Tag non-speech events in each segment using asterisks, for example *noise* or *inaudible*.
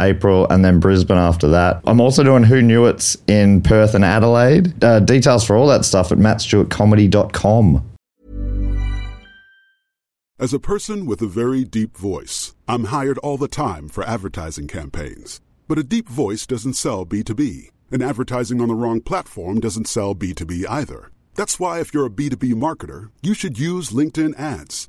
April, and then Brisbane after that. I'm also doing Who Knew It's in Perth and Adelaide. Uh, details for all that stuff at mattstewartcomedy.com. As a person with a very deep voice, I'm hired all the time for advertising campaigns. But a deep voice doesn't sell B2B, and advertising on the wrong platform doesn't sell B2B either. That's why, if you're a B2B marketer, you should use LinkedIn ads.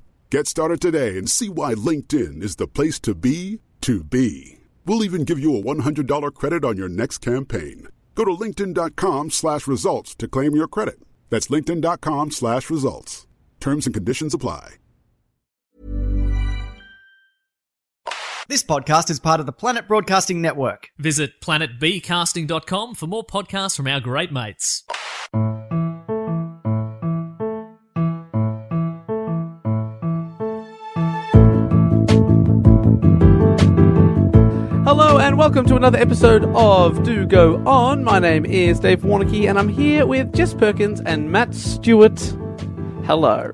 Get started today and see why LinkedIn is the place to be to be. We'll even give you a $100 credit on your next campaign. Go to linkedin.com slash results to claim your credit. That's linkedin.com slash results. Terms and conditions apply. This podcast is part of the Planet Broadcasting Network. Visit planetbcasting.com for more podcasts from our great mates. Hello and welcome to another episode of Do Go On. My name is Dave Warnocky and I'm here with Jess Perkins and Matt Stewart. Hello.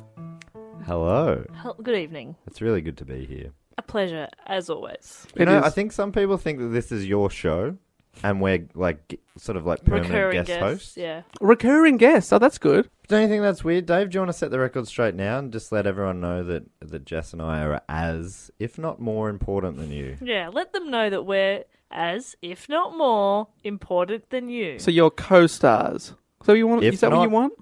Hello. Hel- Good evening. It's really good to be here. A pleasure, as always. You It know, is. I think some people think that this is your show, and we're like g- sort of like permanent Recurring guest guests. hosts. Yeah. Recurring guest. Oh, that's good. Don't you think that's weird, Dave? Do you want to set the record straight now and just let everyone know that that Jess and I are as, if not more, important than you? Yeah. Let them know that we're as, if not more, important than you. So you're co-stars. So you want? If is that what you not- want?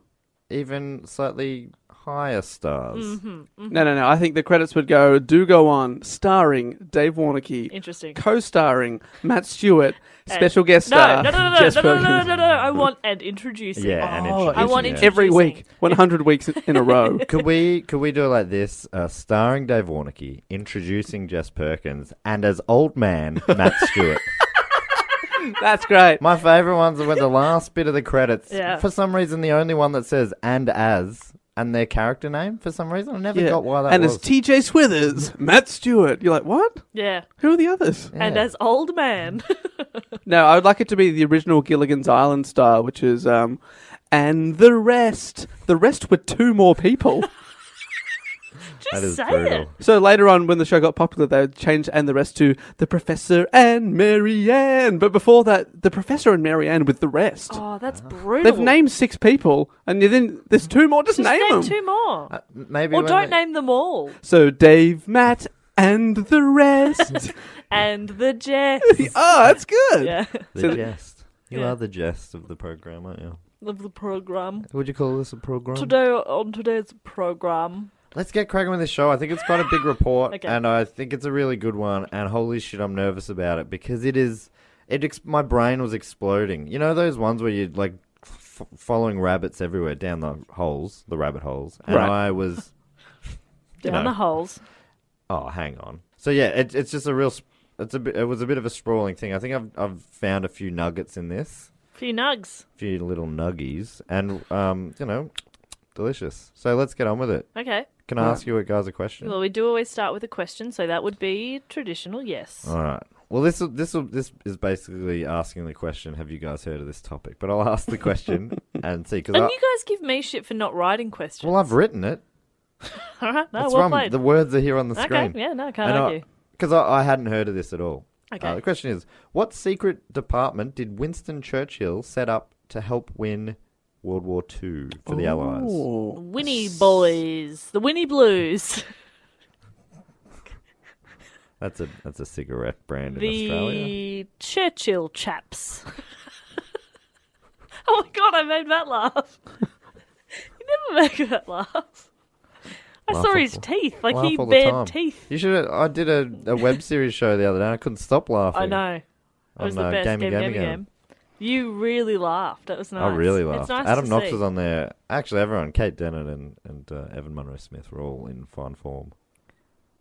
Even slightly higher stars. Mm-hmm. No, no, no. I think the credits would go. Do go on. Starring Dave Warnocky, Interesting. co-starring *laughs* Matt Stewart, And- special guest no, star. No, no, no, no, Jess no, no, no, no, Perkins. no, no. I want and introducing. Yeah, and Oh, introducing I want you. introduced. Every Introducing. week, 100 weeks in *laughs* a row. Could we could we do it like this? Uh, starring Dave Warnocky, introducing Jess Perkins, and as old man *laughs* Matt Stewart. That's great. My favourite ones are when the last bit of the credits. Yeah. For some reason, the only one that says "and as" and their character name. For some reason, I never Yeah. got why that and was. it's TJ Swithers, Matt Stewart. You're like, what? Yeah. Who are the others? And as old man. *laughs* No, I would like it to be the original Gilligan's Island style, which is, um, and the rest. The rest were two more people. that is say brutal. it. So later on, when the show got popular, they would change and the rest to the Professor and Marianne. But before that, the Professor and Marianne with the rest. Oh, that's brutal. Ah. They've named six people, and then there's two more. Just, Just name, name, them. two more. Uh, Maybe or when don't they- name them all. So Dave, Matt, and *laughs* the rest. *laughs* And the Jess. oh, that's good. yeah. the jest. You Yeah. are the jest of the program, aren't you? Of the program. Would you call this a program? Today on today's program. Let's get cracking with this show. I think it's quite a big report, *laughs* Okay. and I think it's a really good one. And holy shit, I'm nervous about it because it is. It ex- my brain was exploding. You know those ones where you're like f- following rabbits everywhere down the holes, the rabbit holes, and Right. I was. *laughs* Down know. the holes. Oh, hang on. So yeah, it, it's just a real. sp- It's a bit, it was a bit of a sprawling thing. I think I've I've found a few nuggets in this, Few nugs. a few little nuggies, and um, you know, delicious. So let's get on with it. Okay. Can I ask you guys a question? Well, we do always start with a question, so that would be traditional, yes. All right. Well, this will this will this is basically asking the question: Have you guys heard of this topic? But I'll ask the question *laughs* and see because and you guys give me shit for not writing questions. uh, well, I've written it. *laughs* all right, no, That's well wrong. played. The words are here on the Okay, screen. uh, yeah, no, I can't argue. Because I, I hadn't heard of this at all. Uh, Okay. the question is: What secret department did Winston Churchill set up to help win World War II for the Allies? *laughs* Winnie Boys. The Winnie Blues. That's a that's a cigarette brand in Australia. the Churchill chaps. *laughs* oh my god, I made Matt laugh. *laughs* you never make Matt laugh. I Laugh saw all- his teeth, like Laugh he all the bared time. teeth. You should. I did a, a web series show the other day. and I couldn't stop laughing. I know. It On, was uh, the best Gaming game, Gaming game, Game. game. You really laughed. That was nice. I Oh, really It's laughed. nice Adam to Knox see. was on there. Actually, everyone, Kate Dennett and and uh, Evan Munro Smith were all in fine form,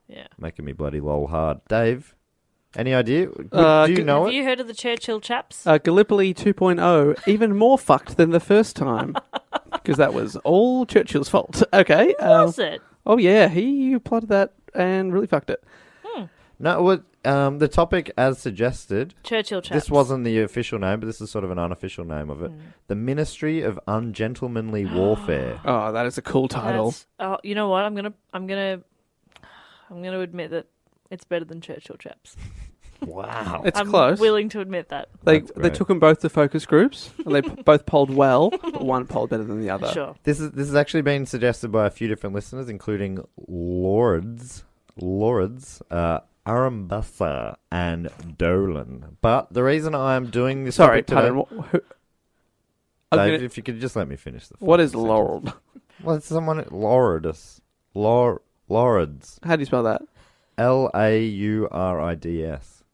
Yeah. making me bloody lol hard. Dave, any idea? Would- Uh, Do you g- know Have it? you heard of the Churchill chaps? Uh, Gallipoli 2.0, even more fucked than the *laughs* first time. Because that was all Churchill's fault. Okay. uh, was it? oh, yeah. He plotted that and really fucked it. No. What? Um, the topic as suggested. Churchill chaps. Hmm. This wasn't the official name, but this is sort of an unofficial name of it. The Ministry of *gasps* Ungentlemanly Warfare. Oh, that is a cool title. That's- Oh, you know what? I'm gonna, I'm gonna, I'm gonna admit that it's better than Churchill chaps. wow. It's I'm close. willing to admit that. They, That's they great. took them both to focus groups. And *laughs* they p- both polled well, but one polled better than the other. Sure. This is this has actually been suggested by a few different listeners, including Lords, Lords, uh, Arambasa, and Dolan. But the reason I'm doing this, Sorry, topic today, pardon. wh- who- I'm Dave, gonna- if you could just let me finish the. what fucking is sentence. Laurel? Well, it's someone Lords, Lor Lords, How do you spell that? L A U R I D S,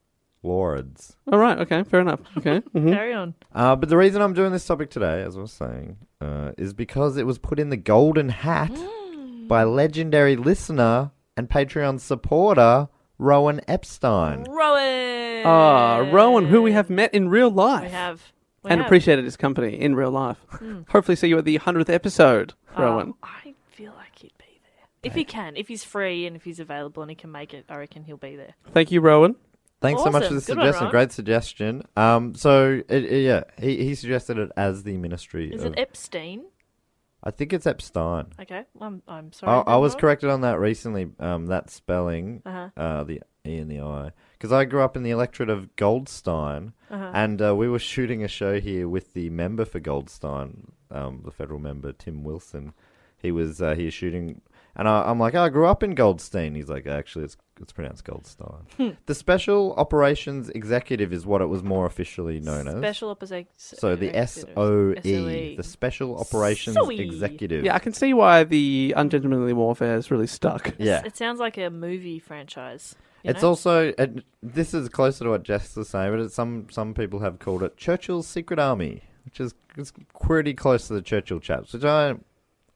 Lords. All right. Okay. Fair enough. *laughs* Okay. mhm. Carry on. Uh, but the reason I'm doing this topic today, as I was saying, uh, is because it was put in the golden hat Mm. by legendary listener and Patreon supporter Rowan Epstein. Oh, Rowan. Ah, Rowan, who we have met in real life. We have. We and have. Hmm. appreciated his company in real life. Hopefully, see you at the hundredth episode, Oh, Rowan. I feel like he'd be there if he can, if he's free and if he's available and he can make it. I reckon he'll be there. Thank you, Rowan. Thanks so much Awesome. for the Good one, suggestion. Rowan. Great suggestion. Um, so it, it- yeah, he, he suggested it as the Ministry Is of. it Epstein? I think it's Epstein. Okay, I'm, I'm sorry. I, I then, was Rowan. corrected on that recently. Um, that spelling, Uh-huh. uh, the E and the I, because I grew up in the electorate of Goldstein, and uh, we were shooting a show here with the member for Goldstein, um, the federal member Tim Wilson. He was uh, here shooting, and I, I'm like, "Oh, I grew up in Goldstein. He's like, actually, it's it's pronounced Goldstein. the Special Operations Executive is what it was more officially known as. Special opposite. So the S O E, the Special Operations SOE. Executive. Yeah, I can see why the ungentlemanly warfare is really stuck. yeah. It sounds like a movie franchise. you It's know? also and this is closer to what Jess was saying, but it's some some people have called it Churchill's Secret Army, which is it's pretty close to the Churchill chaps, which I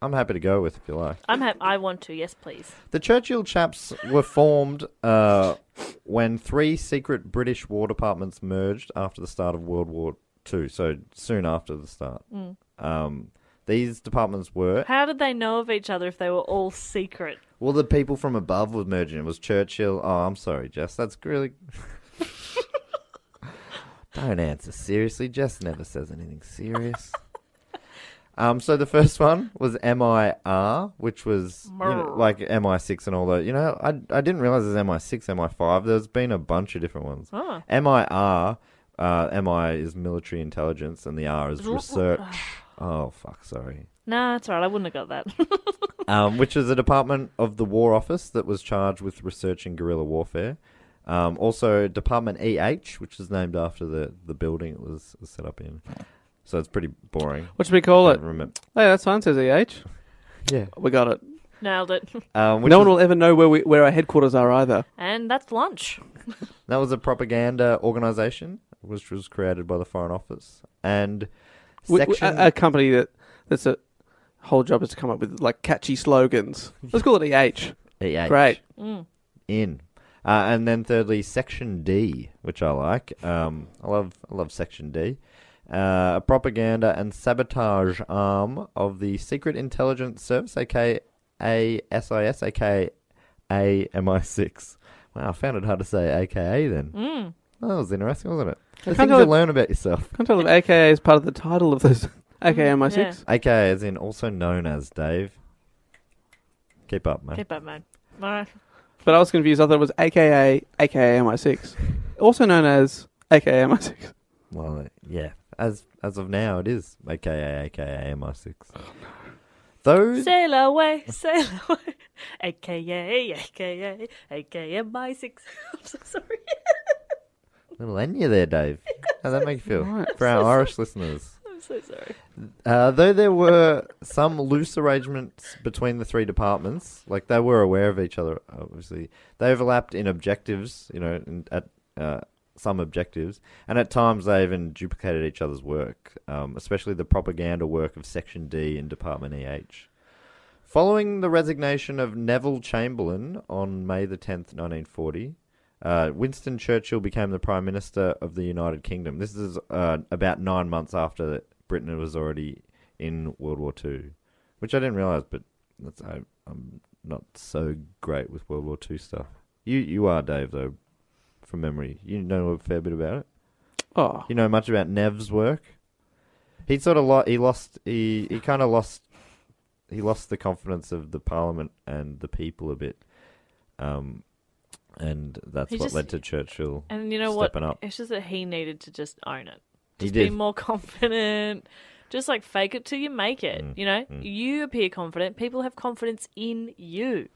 I'm happy to go with if you like. I'm ha- I want to. Yes, please. The Churchill chaps were formed uh, when three secret British war departments merged after the start of World War Two, so soon after the start. Mm. Um, these departments were How did they know of each other if they were all secret? well, the people from above were merging. It was Churchill. Oh, I'm sorry, Jess. That's really. Don't answer seriously. Jess never says anything serious. um, so the first one was MIR, which was you know, like MI6 and all that. You know, I I didn't realize it was MI6, MI5. There's been a bunch of different ones. Oh. MIR. Uh, MI is military intelligence, and the R is research. oh fuck! Sorry Nah, that's all right. I wouldn't have got that. um, which is a department of the War Office that was charged with researching guerrilla warfare. Um, also, Department EH, which is named after the, the building it was, was set up in. So it's pretty boring. What should we call it? Don't remember. Hey, that's fine. Says EH. Yeah. We got it. Nailed it. Um, which no was- one will ever know where we, where our headquarters are either. And that's lunch. That was a propaganda organisation, which was created by the Foreign Office. And We- we- section. a, a company that that's a whole job is to come up with like catchy slogans. Let's call it EH. EH. Great. in. Uh, and then thirdly, Section D, which I like. Um, I love I love Section D. Uh, a propaganda and sabotage arm of the Secret Intelligence Service, aka SIS, aka MI6. Wow, I found it hard to say AKA then. Mm. That was interesting, wasn't it? The can't things you I- learn about yourself. Can't tell if AKA is part of the title of this. AKA MI6. AKA as in also known as Dave. Keep up, mate. Keep up, man. All right. But I was confused. I thought it was AKA AKA MI6, also known as AKA MI6. Well, yeah. As as of now, it is AKA AKA MI6. Those Sail away, sail away. AKA, AKA, AKA my six. *laughs* I'm so sorry. little Enya there, Dave. How does that make you feel for our Irish listeners? I'm so sorry. Uh, though there were some loose arrangements between the three departments, like they were aware of each other, obviously. They overlapped in objectives, you know, in, at uh, some objectives, and at times they even duplicated each other's work, um, especially the propaganda work of Section D and Department EH. Following the resignation of Neville Chamberlain on May the 10th, 1940, uh, Winston Churchill became the Prime Minister of the United Kingdom. This is uh, about nine months after Britain was already in World War II, which I didn't realise, but that's, I, I'm not so great with World War II stuff. You, you are, Dave, though, from memory. You know a fair bit about it. *laughs* Oh, You know much about Nev's work? He sort of lo- he lost he he kind of lost he lost the confidence of the parliament and the people a bit, um, and that's He what just- led to Churchill. And you know Stepping what? up. It's just that he needed to just own it. He Just did. be more confident. Just like fake it till you make it. Mm, you know, you appear confident. People have confidence in you.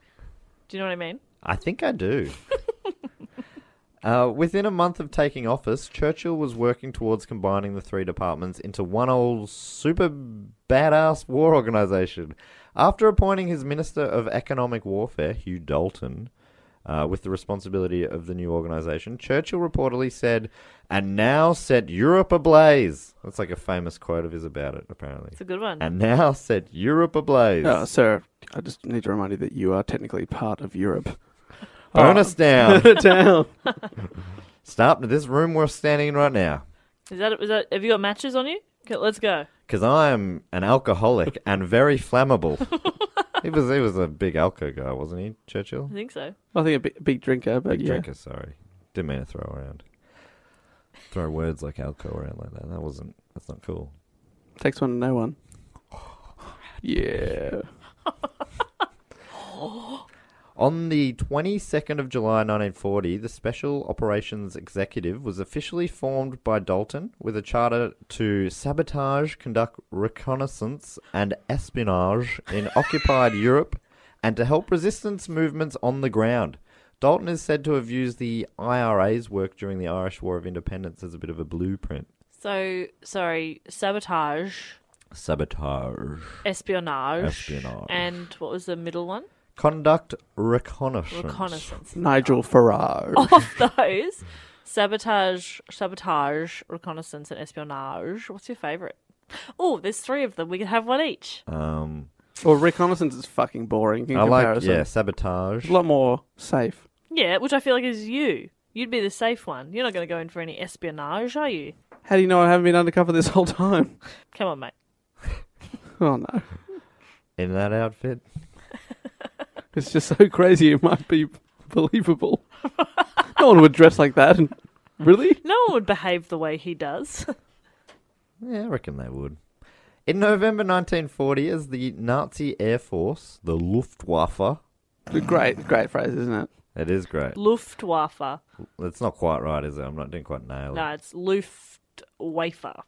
Do you know what I mean? I think I do. uh, within a month of taking office, Churchill was working towards combining the three departments into one old super badass war organization. After appointing his Minister of Economic Warfare, Hugh Dalton, uh, with the responsibility of the new organization, Churchill reportedly said, and now set Europe ablaze. That's like a famous quote of his about it, apparently. It's a good one. And now set Europe ablaze. uh, sir, I just need to remind you that you are technically part of Europe. *laughs* *laughs* Bonus down. Down. Stop to this room we're standing in right now. Is that? Is that? Have you got matches on you? Okay, let's go. because I'm an alcoholic and very flammable. he was he was a big alco guy, wasn't he, Churchill? I think so. I think a big, big drinker, but Big yeah. drinker. Sorry, didn't mean to throw around. Throw words like alco around like that. That wasn't. That's not cool. Takes one to *sighs* know one. Yeah. On the 22nd of July 1940, the Special Operations Executive was officially formed by Dalton with a charter to sabotage, conduct reconnaissance, and espionage *laughs* in occupied Europe and to help resistance movements on the ground. Dalton is said to have used the IRA's work during the Irish War of Independence as a bit of a blueprint. So sorry. Sabotage, Sabotage. espionage, Espionage. and what was the middle one? Conduct reconnaissance. Reconnaissance. Nigel Farage. Off those. Sabotage, sabotage, reconnaissance, and espionage. What's your favourite? Oh, there's three of them. We could have one each. Um, Well, reconnaissance is fucking boring in I like, comparison. yeah, sabotage. It's a lot more safe. Yeah, which I feel like is you. You'd be the safe one. You're not going to go in for any espionage, are you? How do you know I haven't been undercover this whole time? *laughs* Come on, mate. *laughs* Oh no. in that outfit. It's just so crazy it might be *laughs* believable. no one would dress like that. And, really? No one would behave the way he does. *laughs* Yeah, I reckon they would. In November 1940, as the Nazi Air Force, the Luftwaffe, Great, great phrase, isn't it? it is great. Luftwaffe. It's not quite right, is it? I'm not didn't quite nail it. No, it's Luftwaffe.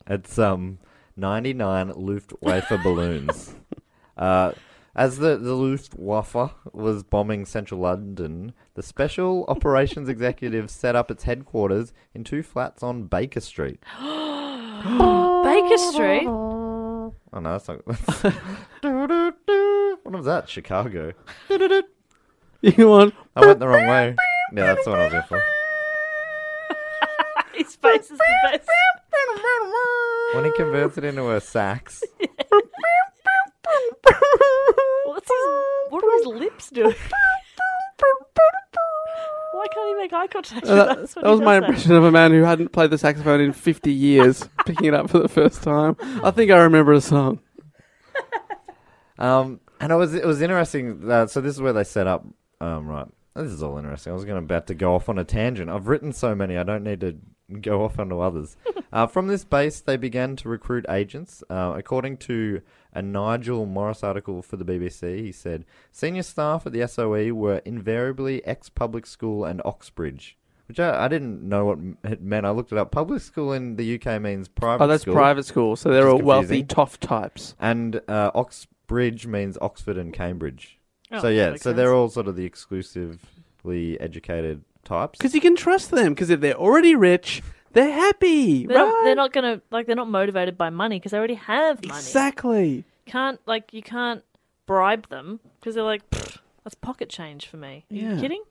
It's um 99 Luftwaffe balloons. Uh, as the, the Luftwaffe was bombing central London, the Special Operations Executive set up its headquarters in two flats on Baker Street. Baker Street. Oh no, that's *laughs* not. what was that? Chicago. I *laughs* You want went the wrong way. Yeah, that's what I was going for. His face is the best. When he converts it into a sax, What's his, what are his lips *laughs* doing? *laughs* Why can't he make eye contact with that, us? when that he was my does impression of a man who hadn't played the saxophone in *laughs* 50 years, picking it up for the first time. I think I remember a song. um, and it was it was interesting. That, so this is where they set up. Um, right, this is all interesting. I was going to about to go off on a tangent. I've written so many, I don't need to go off onto others. uh, from this base, they began to recruit agents. Uh, according to a Nigel Morris article for the BBC, he said senior staff at the SOE were invariably ex-public school and Oxbridge. Which I, I didn't know what it meant. I looked it up. Public school in the UK means private. Oh, that's school. private school, so they're Just all wealthy confusing. toff types. and uh, Oxbridge Bridge means Oxford and Cambridge. Oh, so yeah, makes so sense. they're all sort of the exclusively educated types. Because you can trust them. Because if they're already rich, they're happy, They're, right? not, they're not gonna like. They're not motivated by money because they already have money. Exactly. Can't like you can't bribe them because they're like, "Pfft, that's pocket change for me. Are Yeah. you kidding?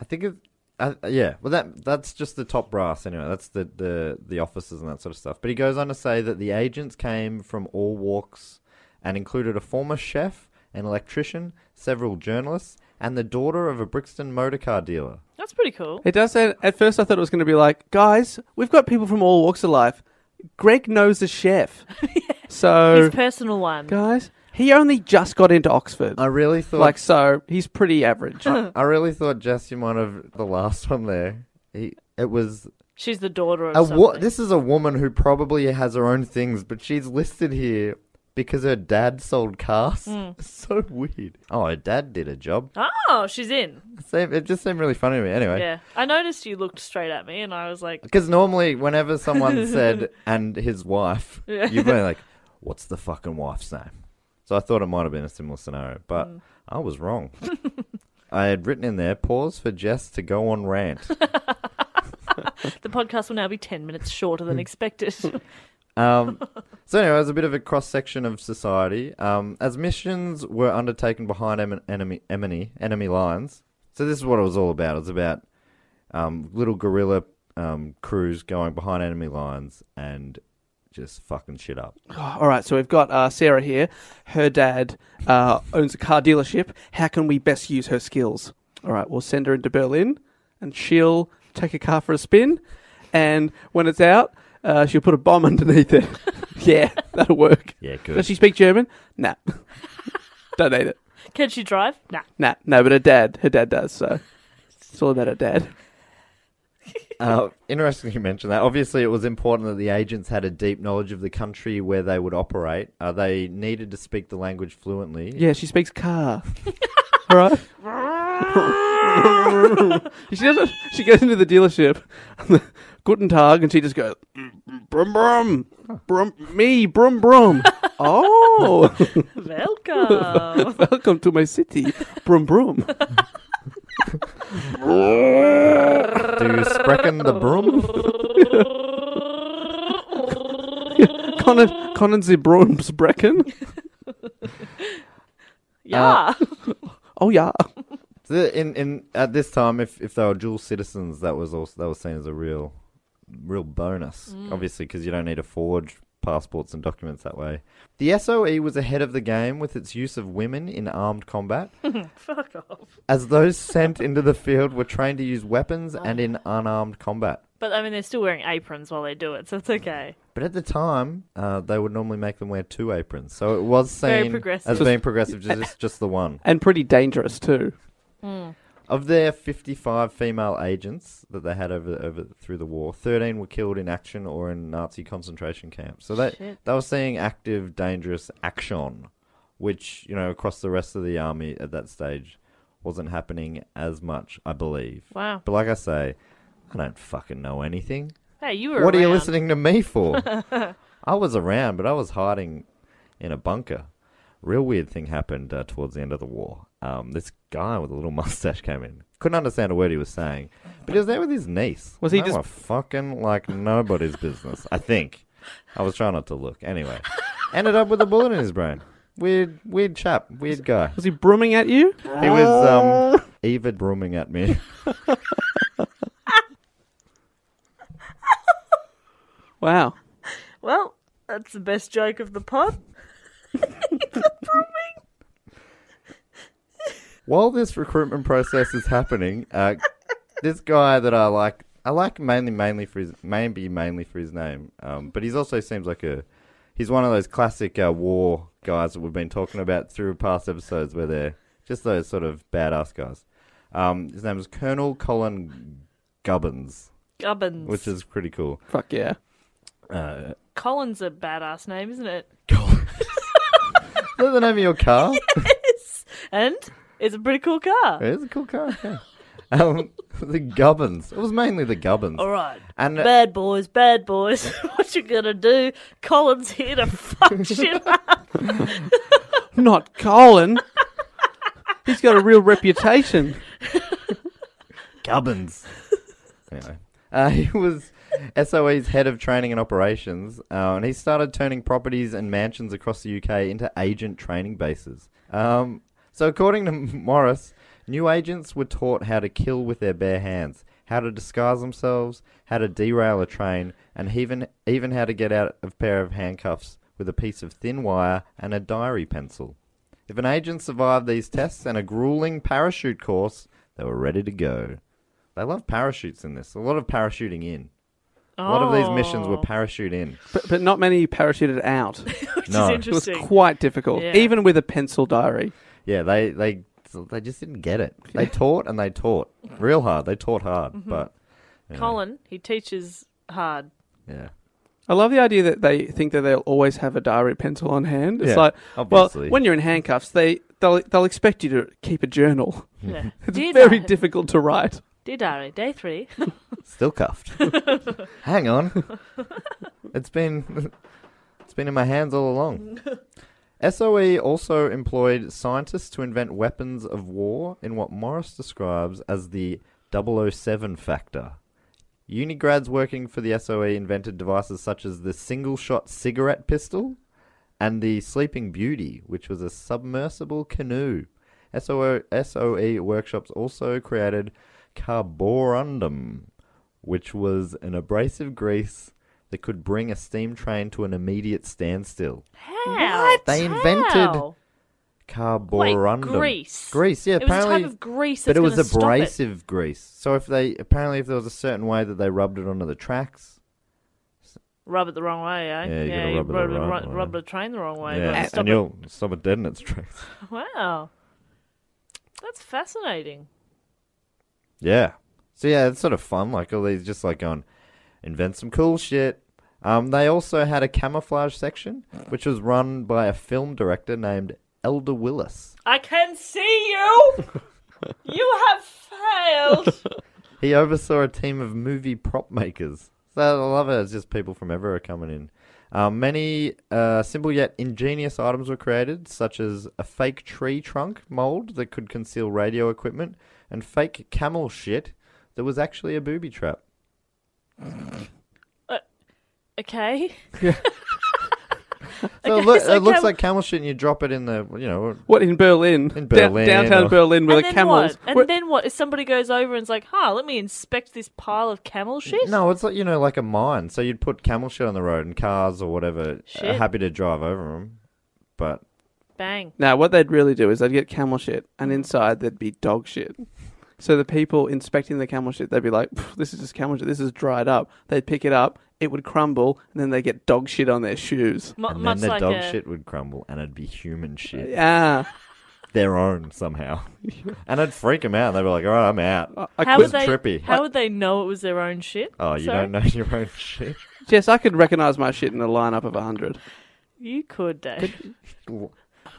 I think it. Uh, yeah, well, that that's just the top brass anyway. That's the, the the officers and that sort of stuff. But he goes on to say that the agents came from all walks and included a former chef, an electrician, several journalists, and the daughter of a Brixton motor car dealer. That's pretty cool. It does say, at first I thought it was going to be like, guys, we've got people from all walks of life. Greg knows *laughs* a chef. So, His personal one. guys, he only just got into Oxford. I really thought Like, so he's pretty average. I really thought Jesse might have the last one there. He it was She's the daughter of a something. wo- this is a woman who probably has her own things, but she's listed here because her dad sold cars. *laughs* So weird. Oh, her dad did a job. Oh, she's in. It seemed- it just seemed really funny to me. Anyway. Yeah, I noticed you looked straight at me, and I was like, Because normally, whenever someone said "and his wife," you've been like, "What's the fucking wife's name?" So I thought it might have been a similar scenario, but I was wrong. *laughs* I had written in there, "Pause for Jess to go on rant." the podcast will now be ten minutes shorter than expected. Um, *laughs* so anyway, it was a bit of a cross section of society. Um, as missions were undertaken behind em- enemy enemy enemy lines, so this is what it was all about. It was about um, little guerrilla um, crews going behind enemy lines and just fucking shit up. All right, so we've got uh, Sarah here. Her dad uh, owns a car dealership. How can we best use her skills? All right, we'll send her into Berlin, and she'll take a car for a spin. And when it's out, uh, she'll put a bomb *laughs* underneath it. yeah, that'll work. Yeah, good. Does *laughs* she speak German? Nah. *laughs* Don't need it. Can she drive? Nah. Nah, no, but her dad, her dad does. So it's all about her dad. Uh, interesting you mentioned that. Obviously, it was important that the agents had a deep knowledge of the country where they would operate. Uh, they needed to speak the language fluently. Yeah, she speaks car. *laughs* All *laughs* right. she doesn't. She goes into the dealership, *laughs* Guten Tag, and she just goes brum brum brum me brum *laughs* brum. oh, *laughs* Welcome. welcome to my city, brum *laughs* brum. Do you sprechen the *laughs* broom? Conan Conan the brums brecken. *laughs* yeah. Uh, Oh yeah. So in in at this time, if if they were dual citizens, that was also that was seen as a real real bonus. Mm. Obviously, because you don't need to forge passports and documents that way. The SOE was ahead of the game with its use of women in armed combat. *laughs* Fuck off. as those sent into the field were trained to use weapons Oh. and in unarmed combat. But I mean, they're still wearing aprons while they do it, so it's okay. But at the time, uh, they would normally make them wear two aprons, so it was Very seen as progressive. being progressive, just just- just the one. And pretty dangerous too. Of their 55 female agents that they had over over through the war, 13 were killed in action or in Nazi concentration camps. So they they were seeing active, dangerous action, which you know across the rest of the army at that stage wasn't happening as much, I believe. Wow. But like I say, I don't fucking know anything. Hey, you were. What are you around. listening to *laughs* me for? I was around, but I was hiding in a bunker. Real weird thing happened uh, towards the end of the war. Um, this guy with a little *laughs* mustache came in. Couldn't understand a word he was saying, but he was there with his niece. Was he They just- were fucking like nobody's business? I think. I was trying not to look. *laughs* Anyway, ended up with a bullet in his brain. Weird, weird chap, weird guy. Was he brumming at you? He was um, *laughs* Eva brooming at me. Wow. Well, that's the best joke of the pod. while this recruitment process is happening, *laughs* uh, this guy that I like, I like mainly mainly for his maybe mainly for his name, um, but he's also seems like a he's one of those classic uh, war guys that we've been talking about through past episodes, where they're just those sort of badass guys. Um, his name is Colonel Colin Gubbins, Gubbins. which is pretty cool. Fuck yeah. Uh, Colin's a badass name, isn't it? is that the name of *laughs* your car? And it's a pretty cool car. It is a cool car. Yeah. Um, *laughs* the Gubbins. It was mainly the Gubbins. All right. And uh, Bad boys, bad boys. what you gonna do? Colin's here to fuck shit up. Not Colin. *laughs* He's got a real reputation. Gubbins. *laughs* anyway, uh, *laughs* he was SOE's head of training and operations, uh, and he started turning properties and mansions across the UK into agent training bases. Um, so, according to *laughs* Morris, new agents were taught how to kill with their bare hands, how to disguise themselves, how to derail a train, and even even how to get out of a pair of handcuffs with a piece of thin wire and a diary pencil. If an agent survived these tests and a grueling parachute course, they were ready to go. They love parachutes in this. A lot of parachuting in. A lot of these missions were Oh. parachute in. But, but not many parachuted out. *laughs* Which is No. It Oh, It was interesting. quite difficult, Yeah. even with a pencil diary. Yeah, they they they just didn't get it. *laughs* They taught and they taught real hard. They taught hard, Mm-hmm. but Colin, he teaches hard. yeah, I love the idea that they think that they'll always have a diary pencil on hand. It's Yeah, like, obviously. well, when you're in handcuffs, they they'll they'll expect you to keep a journal. *laughs* Yeah. *laughs* It's Dear very Di- difficult to write. Dear diary, day three. still cuffed. Hang on, it's been it's been in my hands all along. SOE also employed scientists to invent weapons of war in what Morris describes as the 007 factor. Unigrads working for the SOE invented devices such as the single shot cigarette pistol and the Sleeping Beauty, which was a submersible canoe. SOE, SOE workshops also created carborundum, which was an abrasive grease that could bring a steam train to an immediate standstill. How? They invented How? Carborundum. grease. Grease, yeah, It was a type apparently. of grease but that's it was gonna stop it. abrasive grease. So if they apparently if there was a certain way that they rubbed it onto the tracks. Rub it the wrong way, eh? Yeah, you gotta you rub it the ru- right rub way. the train the wrong way. yeah, but and stop it. you'll stop it dead in its tracks. Wow. That's fascinating. Yeah. So yeah, it's sort of fun. Like all these, just like on invent some cool shit. Um, they also had a camouflage section, which was run by a film director named Elder Willis. I can see *laughs* you! you have failed! He oversaw a team of movie prop makers. So I love it. It's just people from everywhere coming in. Um, many uh, simple yet ingenious items were created, such as a fake tree trunk mold that could conceal radio equipment, and fake camel shit that was actually a booby trap. Uh, okay. *laughs* So Okay, it, loo- so it looks cam- like camel shit, and you drop it in the, you know, What in Berlin? In Da- Berlin downtown or- Berlin, with and the then camels. what? And Where- then what? If somebody goes over and's like, huh, let me inspect this pile of camel shit? No, it's like you know, like a mine. So you'd put camel shit on the road, and cars or whatever are Shit. happy to drive over them. But Bang. Now, what they'd really do is they'd get camel shit, and Mm. inside there'd be dog shit. So the people inspecting the camel shit, they'd be like, "Pff, "This is just camel shit. This is dried up." They'd pick it up, it would crumble, and then they get dog shit on their shoes. Mu- and much then the like dog a, shit would crumble, and it'd be human shit, Yeah, their own *laughs* somehow, and it'd freak them out. They'd be like, "All right, I'm out." I How could, would they? trippy. How would they know it was their own shit? Oh, you Sorry? don't know *laughs* your own shit. Jess, I could recognize my shit in a lineup of hundred. You could, Dave.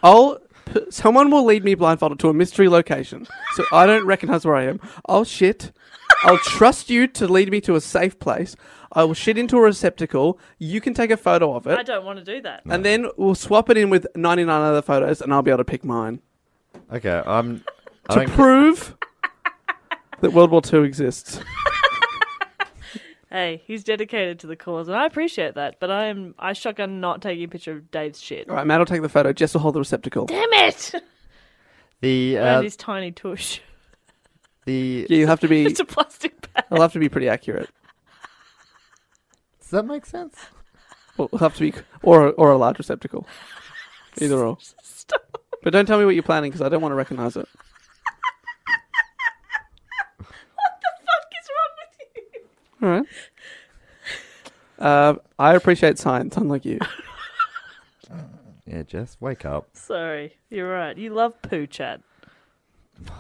I'll p- someone will lead me blindfolded to a mystery location, so I don't recognize where I am. I'll shit. I'll trust you to lead me to a safe place. I will shit into a receptacle. You can take a photo of it. I don't want to do that. And then we'll swap it in with 99 other photos, and I'll be able to pick mine Okay, I'm. I to don't, prove *laughs* that World War II exists. Hey, he's dedicated to the cause, and I appreciate that. But I am I shotgun not taking a picture of Dave's shit. All right, Matt will take the photo. Jess will hold the receptacle. Damn it! the and uh, his tiny tush. *laughs* the Yeah, you'll have to be. It's a plastic bag. I'll have to be pretty accurate. does that make sense? Well, I'll have to be, or or a large *laughs* receptacle, either or. But don't tell me what you're planning because I don't want to recognise it. Fuck is wrong with you? All right. Uh, I appreciate science, *laughs* unlike you. Yeah, Jess, wake up. Sorry, you're right. You love poo chat.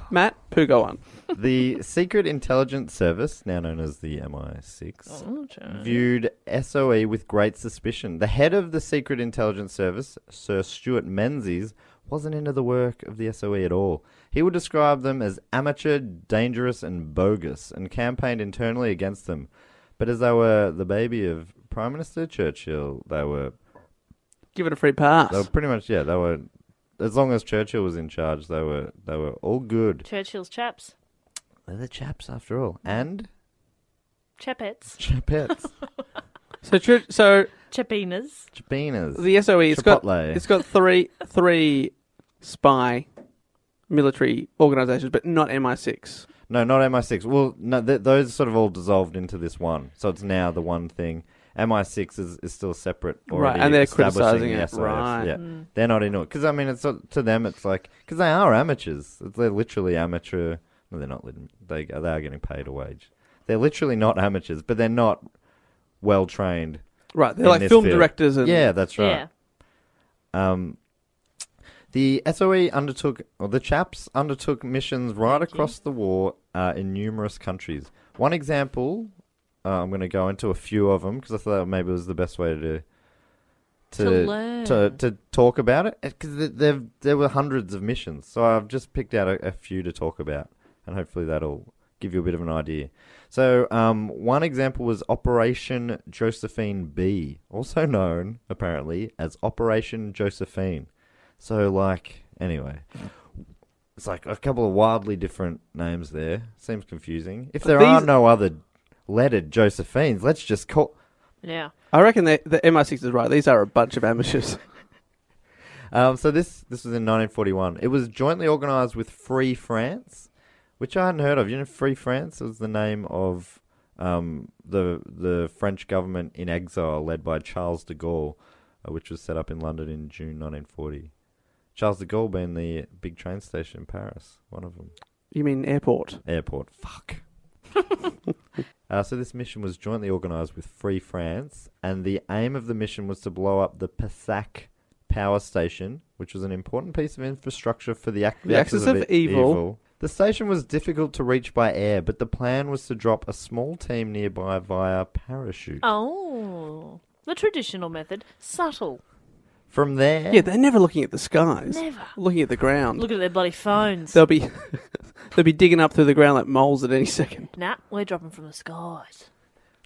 Matt, poo, go on. the Secret Intelligence Service, now known as the MI6, viewed SOE with great suspicion. The head of the Secret Intelligence Service, Sir Stuart Menzies, wasn't into the work of the SOE at all. He would describe them as amateur, dangerous, and bogus, and campaigned internally against them. But as they were the baby of Prime Minister Churchill, they were Give it a free pass. they were pretty much yeah they were as long as Churchill was in charge, they were they were all good. Churchill's chaps, They're the chaps after all, and chapettes, chapettes, So, tr- so chapinas. chapinas. the SOE it's got Chipotle. it's got three three spy military organizations, but not MI6. No, not MI6. Well, no, th- those sort of all dissolved into this one. So it's now the one thing. MI6 is, is still separate. Already Right, and they're establishing criticising the it, SOS. right. Yeah, they're not into it because I mean, it's not- to them, it's like because they are amateurs. They're literally amateur. No, they're not. lit- They they are getting paid a wage. They're literally not amateurs, but they're not well trained. Right, they're in like this film field. directors and yeah, that's right. Yeah. Um, the SOE undertook, or the chaps undertook missions right across the war uh, in numerous countries. One example, uh, I'm going to go into a few of them because I thought maybe it was the best way to to To to, learn. to talk about it because there there were hundreds of missions. So I've just picked out a, a few to talk about, and hopefully that'll give you a bit of an idea. So um, one example was Operation Josephine B, also known apparently as Operation Josephine. So like anyway. It's like a couple of wildly different names there. Seems confusing. If there are these- no other lettered Josephines, let's just call Yeah. I reckon they, the MI6 is right. These are a bunch of amateurs. Um, so this this was in 1941. It was jointly organised with Free France, which I hadn't heard of. You know, Free France was the name of um, the the French government in exile led by Charles de Gaulle, uh, which was set up in London in June 1940. Charles de Gaulle being the big train station in Paris, one of them You mean airport? airport. Fuck. *laughs* uh, so this mission was jointly organised with Free France, and the aim of the mission was to blow up the Passac power station, which was an important piece of infrastructure for the, ac- The axis of e- evil. The station was difficult to reach by air, but the plan was to drop a small team nearby via parachute. Oh, the traditional method, subtle. From there, Yeah, they're never looking at the skies. Never. looking at the ground. Look at their bloody phones. They'll be *laughs* they'll be digging up through the ground like moles at any second. Nah, we're dropping from the skies.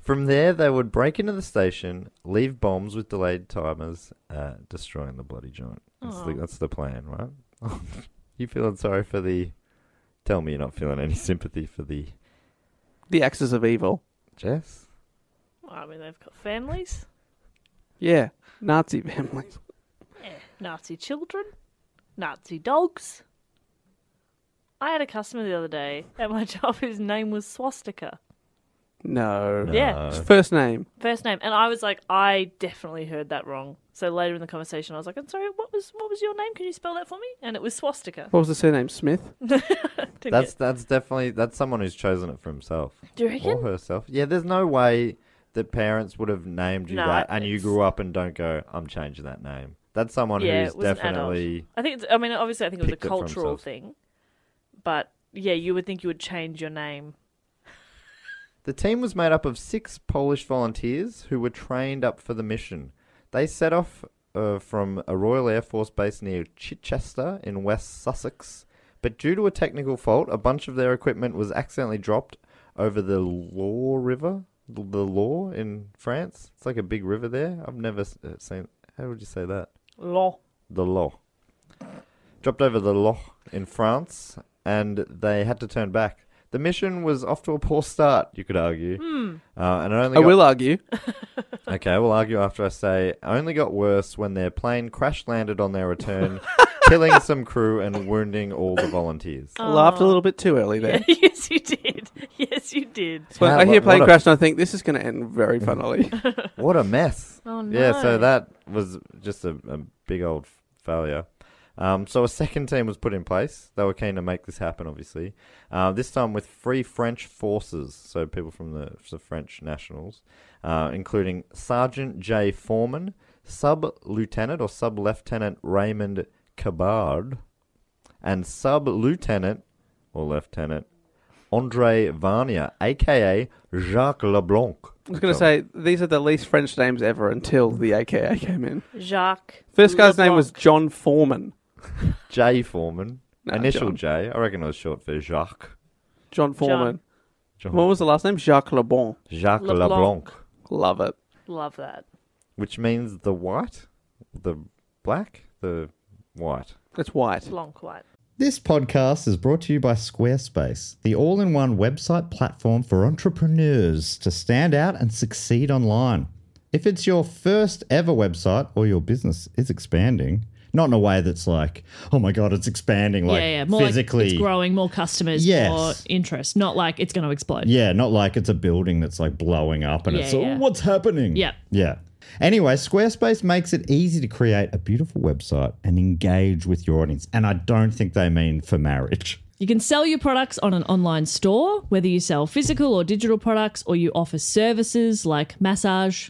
From there, they would break into the station, leave bombs with delayed timers, uh, destroying the bloody joint. That's the, Aw. that's the plan, right? *laughs* you feeling sorry for the? Tell me you're not feeling any sympathy for the The axis of evil. Jess. Well, I mean, they've got families, Yeah, Nazi *laughs* families. Nazi children, Nazi dogs. I had a customer the other day at my *laughs* job whose name was Swastika. No. Yeah. First name. First name, and I was like, I definitely heard that wrong. So later in the conversation, I was like, "I'm sorry, what was what was your name? Can you spell that for me?" And it was swastika. What was the surname? Smith. *laughs* Didn't That's that's definitely that's someone who's chosen it for himself get- do you or reckon? herself. Yeah, there's no way that parents would have named you No, that, and you it's- grew up and don't go, "I'm changing that name." That's someone yeah, who's it was an adult. definitely I think. It's, I mean, obviously, I think it was a picked it for cultural himself. thing, but yeah, you would think you would change your *laughs* name. The team was made up of six Polish volunteers who were trained up for the mission. They set off uh, from a Royal Air Force base near Chichester in West Sussex, but due to a technical fault, a bunch of their equipment was accidentally dropped over the Law River. The the Law in France. It's like a big river there. I've never s- uh, seen. How would you say that? Law. the Loch. Dropped over the Loch in France, and they had to turn back. The mission was off to a poor start, you could argue. Uh, and it only I got- will argue. Okay, we'll argue after I say it only got worse when their plane crash landed on their return, killing some crew and wounding all the volunteers. Laughed a little bit too early there. *laughs* yes, you did. Yes, you did. So How- I hear what- plane what a- crash and I think this is going to end *laughs* very funnily. What a mess. Oh, Yeah, no. so that was just a, a big old f- failure. Um, so a second team was put in place. They were keen to make this happen, obviously. Uh, this time with Free French Forces, so people from the, the French Nationals, uh, including Sergeant J. Foreman, Sub Lieutenant or Sub Lieutenant Raymond Cabard, and Sub Lieutenant or Lieutenant Andre Varnia, aka Jacques LeBlanc. I was going to say these are the least French names ever until the AKA came in. Jacques. First guy's name LeBlanc. was John Foreman. J Foreman. No, Initial John. J. I reckon it was short for Jacques. John Foreman. John. What was the last name? Jacques Le Bon. Jacques LeBlanc. LeBlanc. Love it. Love that. which means the white, the black, the white. It's white. Long quiet. This podcast is brought to you by Squarespace, the all in one website platform for entrepreneurs to stand out and succeed online. If it's your first ever website or your business is expanding, not in a way that's like, oh my God, it's expanding, like yeah, yeah. More physically. like it's growing, more customers, Yes. more interest. Not like it's going to explode. Yeah, not like it's a building that's like blowing up and Yeah, it's all yeah. what's happening. Yeah. Yeah. Anyway, Squarespace makes it easy to create a beautiful website and engage with your audience. And I don't think they mean for marriage. You can sell your products on an online store, whether you sell physical or digital products, or you offer services like massage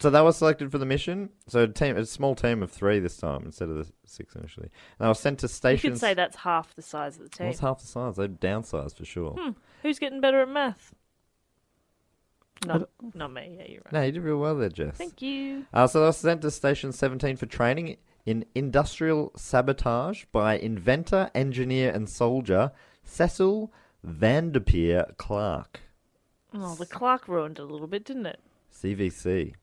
so that was selected for the mission. So a team, a small team of three this time instead of the six initially. And I was sent to You stations. could say that's half the size of the team. Well, it's half the size. They've downsized for sure. Hmm. Who's getting better at math? Not, not me. Yeah, you're right. No, you did real well there, Jess. Thank you. Uh, so I was sent to Station 17 for training in industrial sabotage by inventor, engineer, and soldier Cecil Vanderpeer Clark, Oh, the clock ruined it a little bit, didn't it? CVC.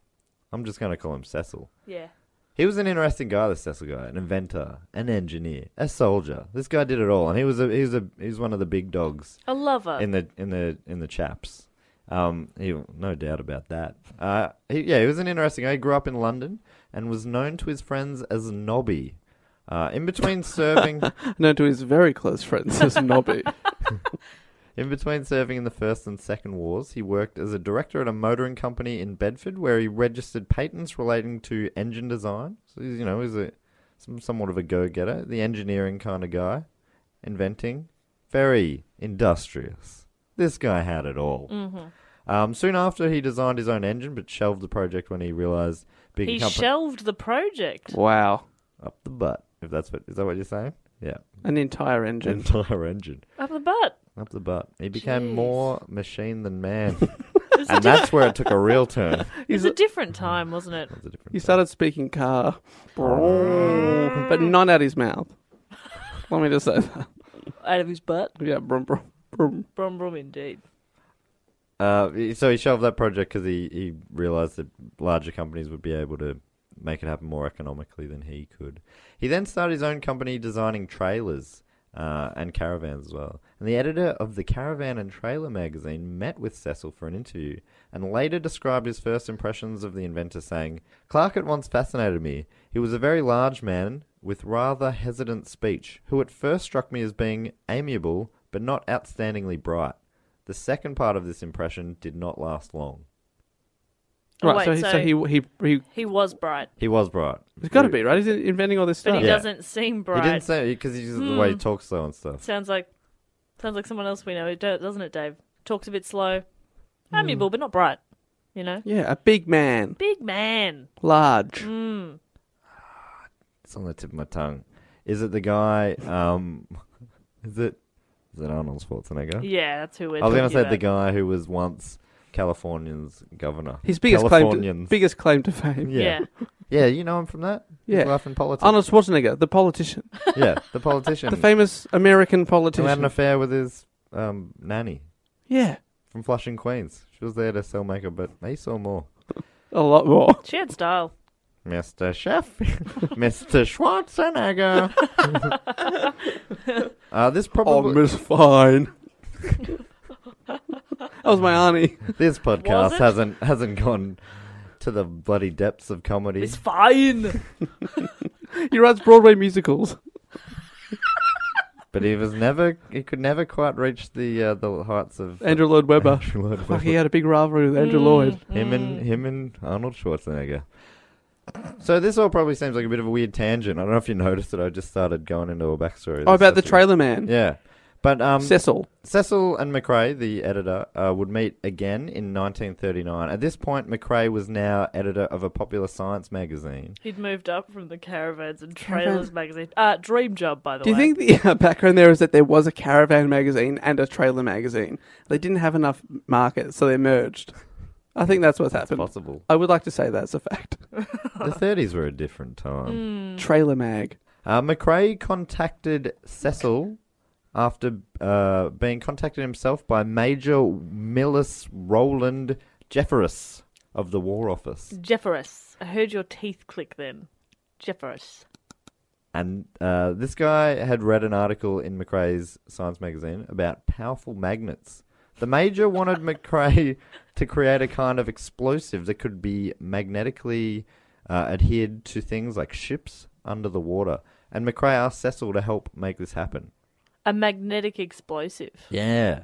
I'm just going to call him Cecil. Yeah. He was an interesting guy, this Cecil guy, an inventor, an engineer, a soldier. This guy did it all, and he was a, he was a, he was one of the big dogs A lover. in the in the in the chaps. Um, he, no doubt about that. Uh, he, yeah, he was an interesting guy. He grew up in London and was known to his friends as Nobby. Uh, in between serving, Known to his very close friends *laughs* as Nobby. in between serving in the first and second wars, he worked as a director at a motoring company in Bedford, where he registered patents relating to engine design. So he's, you know, he's a some, somewhat of a go-getter, the engineering kind of guy, inventing, very industrious. This guy had it all. Um, soon after, he designed his own engine, but shelved the project when he realized big he company shelved the project. wow. up the butt. If that's what is that what you're saying? Yeah, An entire engine. *laughs* entire engine Up the butt. up the butt. He became Jeez. more machine than man, and that's where it took a real turn. It was a different time, wasn't it? That's a different He time. started speaking car, but not out his mouth. Let me just say that. Out of his butt. Yeah, brum, brum, brum. Brum brum indeed. Uh, so he shelved that project because he, he realized that larger companies would be able to make it happen more economically than he could. He then started his own company designing trailers uh, and caravans as well. And the editor of the Caravan and Trailer magazine met with Cecil for an interview and later described his first impressions of the inventor, saying, Clark at once fascinated me. He was a very large man with rather hesitant speech, who at first struck me as being amiable but not outstandingly bright. The second part of this impression did not last long. Oh, Right, wait, so, he, so he he he He was bright, He was bright. has got to be right. He's in- inventing all this but stuff. he Yeah. doesn't seem He bright. didn't say because he's just the way Hmm. he talks though and stuff. Sounds like sounds like someone else we know, do- doesn't it, Dave? Talks a bit slow, Hmm. amiable but not bright. You know, Yeah, a big man, big man. large. Mm. It's on the tip of my tongue. Is it the guy? Um, *laughs* is it is it Arnold Schwarzenegger? Yeah, that's who we're. I was gonna talking say about. the guy who was once California's governor. His biggest claim, to, Californians. biggest claim to *laughs* fame. Yeah. Yeah. Yeah, you know him from that. His Yeah. life in politics. Arnold Schwarzenegger, the politician, Yeah, the politician. *laughs* the famous American who had an politician. affair with his um, nanny Yeah, from Flushing, Queens. She was there to sell makeup, but he saw more. a lot more. She had style. Mr. Chef, *laughs* Mr. *laughs* Schwarzenegger. uh, this probably Fine. *laughs* that was my auntie. Oh, this podcast it? hasn't hasn't gone to the bloody depths of comedy. It's fine. He writes Broadway musicals. But he was never, he could never quite reach the uh, the heights of Andrew Oh, Lloyd Webber. Andrew Lloyd Fuck, he Webber. had a big rivalry with Mm. Andrew Lloyd. Him and him and Arnold Schwarzenegger. So this all probably seems like a bit of a weird tangent. I don't know if you noticed that I just started going into a backstory. Oh, about the Cecil. trailer man. Yeah, but um, Cecil. Cecil and McRae, the editor, uh, would meet again in 1939. At this point, McRae was now editor of a popular science magazine. He'd moved up from the Caravans *laughs* and Trailers magazine. Uh, dream job, by the Do you way. think the uh, background there is that there was a caravan magazine and a trailer magazine? They didn't have enough market, so they merged. I think that's what's happened. Possible. I would like to say that's a fact. The 30s were a different time. Mm. Trailer mag. Uh, McRae contacted Cecil after uh, being contacted himself by Major Millis Roland Jeffers of the War Office. Jeffers. I heard your teeth click then. Jeffers. And uh, this guy had read an article in McRae's Science magazine about powerful magnets. The major wanted McRae to create a kind of explosive that could be magnetically uh, adhered to things like ships under the water. And McRae asked Cecil to help make this happen. A magnetic explosive. Yeah.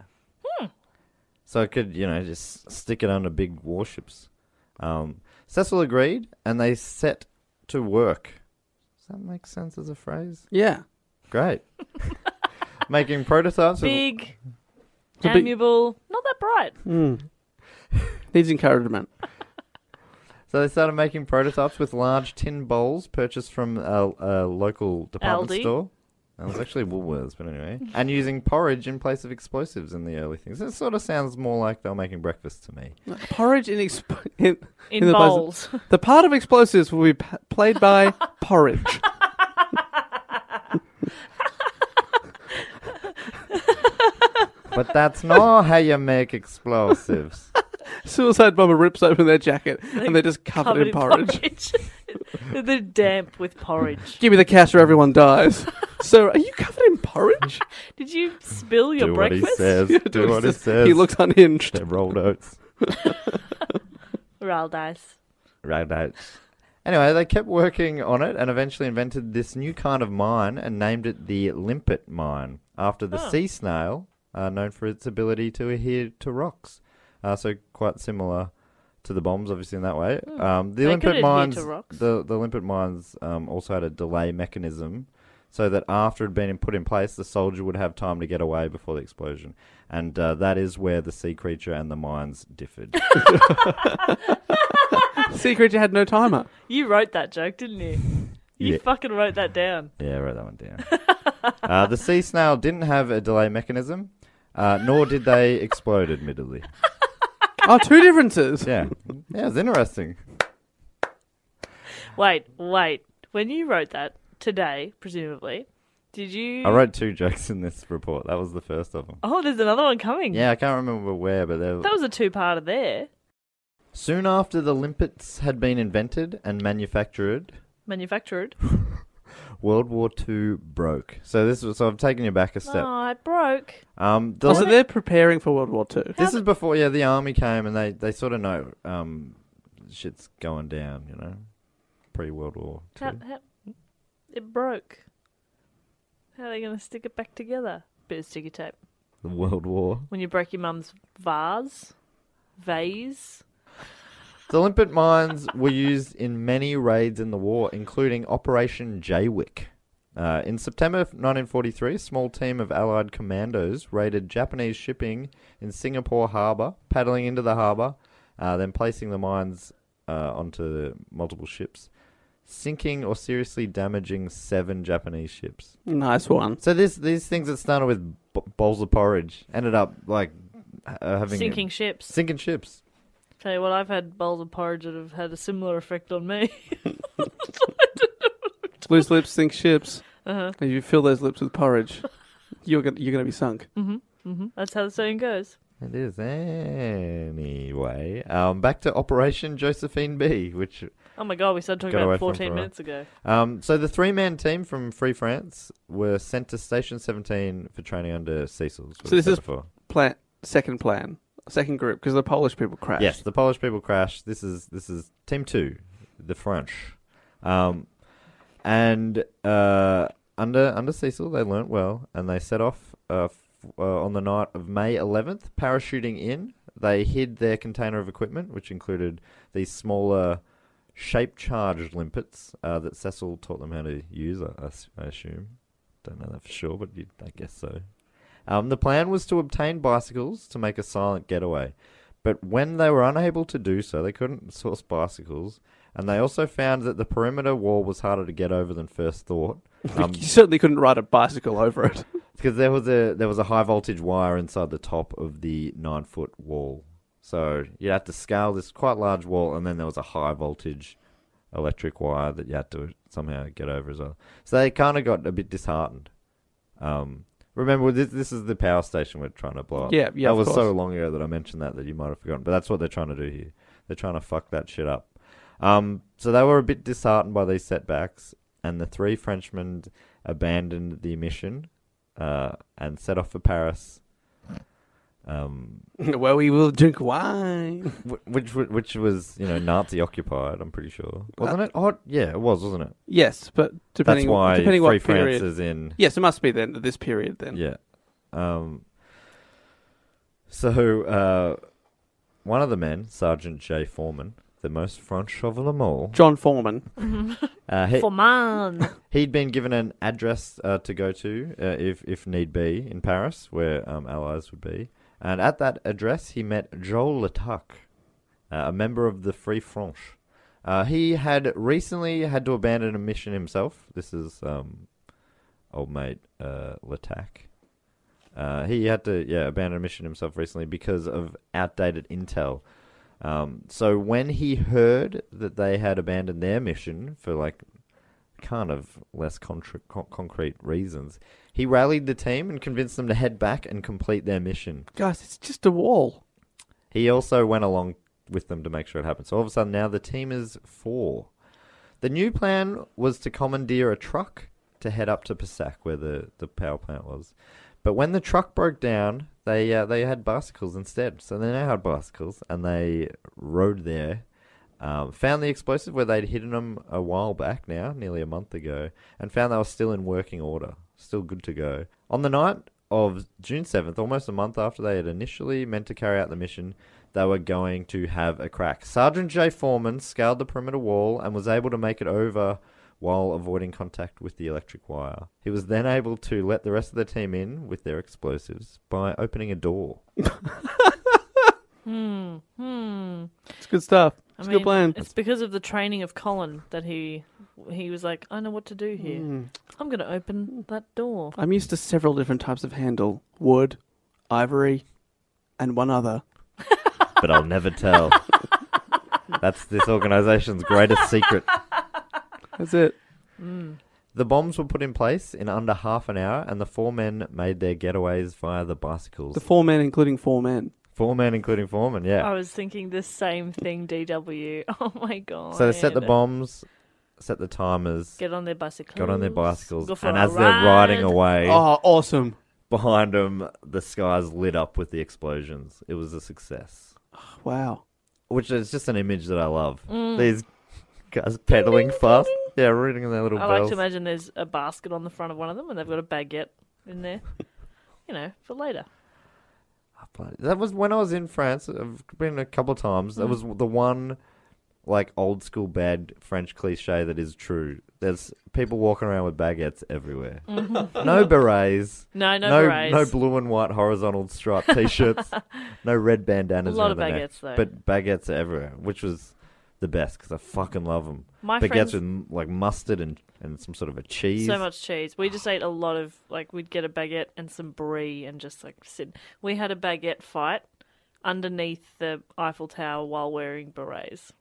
So I could, you know, just stick it under big warships. Um, Cecil agreed, and they set to work. Does that make sense as a phrase? Yeah. Great. *laughs* Making prototypes. of- Big, The big- amiable, not that *laughs* bright. Needs encouragement. So they started making prototypes with large tin bowls purchased from a, a local department Aldi. store. That was actually Woolworths, but anyway. And using porridge in place of explosives in the early things. It sort of sounds more like they were making breakfast *laughs* to me. Porridge in, exp- *laughs* in, In, the place- bowls. The part of explosives will be p- *laughs* played by porridge. But that's not how you make explosives. Suicide bomber rips open their jacket and they're just covered, covered in, porridge. porridge. *laughs* They're damp with porridge. Give me the cash or everyone dies. so, are you covered in porridge? Did you spill *laughs* your Do what he breakfast? says. *laughs* *laughs* Do what he says. He looks *laughs* unhinged. They're rolled oats. Roll dice. Round out. Anyway, they kept working on it and eventually invented this new kind of mine and named it the limpet mine after Ah. the sea snail, uh, known for its ability to adhere to rocks. Uh, so quite similar to the bombs, obviously in that way. Hmm. Um, the They could limpet adhere to mines, rocks. the the limpet mines um, also had a delay mechanism, so that after it had been put in place, the soldier would have time to get away before the explosion, and uh, that is where the sea creature and the mines differed. Sea creature had no timer. You wrote that joke, didn't you? You Yeah. fucking wrote that down. Yeah, write that one down. uh, the sea snail didn't have a delay mechanism, uh, nor did they explode, admittedly. Oh, two differences. *laughs* Yeah. Yeah, it's interesting. Wait, wait. When you wrote that today, presumably, did you? I wrote two jokes in this report. That was the first of them. Oh, there's another one coming. Yeah, I can't remember where, but there That was a two-parter there. Soon after the limpets had been invented and manufactured, Manufactured. World War II broke. So this was so I've taken you back a step. Oh, it broke. Um the Oh, so they're preparing for World War Two. This is before, yeah, the army came and they, they sort of know um, shit's going down, you know, pre World War Two. How, how, it broke. How are they going to stick it back together? Bit of sticky tape. the World War. When you break your mum's vase, vase. The limpet mines were used in many raids in the war, including Operation Jaywick. Uh, in September 1943, a small team of Allied commandos raided Japanese shipping in Singapore harbour, paddling into the harbour, uh, then placing the mines uh, onto multiple ships, sinking or seriously damaging seven Japanese ships. Nice one. So this, these things that started with b- bowls of porridge ended up like uh, having Sinking ships. sinking ships. Tell you what, I've had bowls of porridge that have had a similar effect on me. Loose lips sink ships. Uh-huh. If you fill those lips with porridge, you're gonna, you're going to be sunk. Hmm? *laughs* That's how the saying goes. It is anyway. Um, back to Operation Josephine B, which Oh my god, we started talking Got away about from 14 Farah. minutes ago. um, so the three-man team from Free France were sent to Station 17 for training under Cecil's. So this is- Plan second plan Second group because the Polish people crashed. Yes, the Polish people crash. This is this is team two, the French, um, and uh, under under Cecil they learnt well, and they set off uh, f- uh, on the night of May 11th, parachuting in. They hid their container of equipment, which included these smaller shape-charged limpets uh, that Cecil taught them how to use. I, I s- I assume, don't know that for sure, but you, I guess so. Um, the plan was to obtain bicycles to make a silent getaway, but when they were unable to do so, they couldn't source bicycles, and they also found that the perimeter wall was harder to get over than first thought. *laughs* Um, you certainly couldn't ride a bicycle over it. because there was a there was a high voltage wire inside the top of the nine foot wall. So you'd have to scale this quite large wall, and then there was a high voltage electric wire that you had to somehow get over as well. So they kind of got a bit disheartened. Um, remember, this, this is the power station we're trying to blow up. Yeah, yeah, That of was so course. long ago that I mentioned that that you might have forgotten, but that's what they're trying to do here. They're trying to fuck that shit up. Um, so they were a bit disheartened by these setbacks, and the three Frenchmen abandoned the mission uh, and set off for Paris. Um, *laughs* well, we will drink wine. wh- which wa- which was you know Nazi occupied. I'm pretty sure, wasn't it? Oh, yeah, it was, wasn't it? Yes, but Uh, depending That's why depending Free what period. France is in. Yes, it must be then this period then. Yeah. Um, so uh, one of the men, Sergeant J. Foreman, the most French of them all, John Foreman. uh, he, For *laughs* man. He'd been given an address uh, to go to, uh, if if need be, in Paris, where um, allies would be. And at that address, he met Joel Latac, uh, a member of the Free Franche. Uh, he had recently had to abandon a mission himself. This is um, old mate uh, Latac. Uh, he had to yeah abandon a mission himself recently because of outdated intel. Um, so when he heard that they had abandoned their mission for like kind of less contra- con- concrete reasons, he rallied the team and convinced them to head back and complete their mission. Guys, it's just a wall. He also went along with them to make sure it happened. So all of a sudden now the team is four. The new plan was to commandeer a truck to head up to Passac where the, the power plant was. But when the truck broke down, they uh, they had bicycles instead. So they now had bicycles and they rode there. Um, found the explosive where they'd hidden them a while back now, nearly a month ago, and found they were still in working order, still good to go. On the night of June 7th, almost a month after they had initially meant to carry out the mission, they were going to have a crack. Sergeant J. Foreman scaled the perimeter wall and was able to make it over while avoiding contact with the electric wire. He was then able to let the rest of the team in with their explosives by opening a door. Hmm. It's good stuff. I It's a mean, good plan. It's because of the training of Colin that he he was like, I know what to do here. Hmm. I'm going to open that door. I'm used to several different types of handle. Wood, ivory, and one other. but I'll never tell. *laughs* That's this organization's greatest secret. That's it. The bombs were put in place in under half an hour, and the four men made their getaways via the bicycles. The four men including four men. four men, including Foreman, yeah. I was thinking the same thing, DW. *laughs* Oh my god. So they set the bombs, set the timers, Get on their bicycles. got on their bicycles, Go for and a as they're riding ride. away Oh, awesome. behind them, the sky's lit up with the explosions. It was a success, Wow. which is just an image that I love. Mm. These guys pedaling fast, yeah, ringing their little I like bells. to imagine there's a basket on the front of one of them, and they've got a baguette in *laughs* there, you know, for later. But that was when I was in France. I've been a couple of times. Hmm. That was the one, like old school bad French cliche that is true. There's people walking around with baguettes everywhere. no berets. Mm-hmm. No, no, no, berets. no blue and white horizontal striped t-shirts. *laughs* no red bandanas. A lot around of the neck. baguettes, though. But baguettes are everywhere, which was the best because I fucking love them. My baguettes friends- with m- like mustard and, and some sort of a cheese. So much cheese. We just ate a lot of like we'd get a baguette and some brie and just like sit. We had a baguette fight underneath the Eiffel Tower while wearing berets.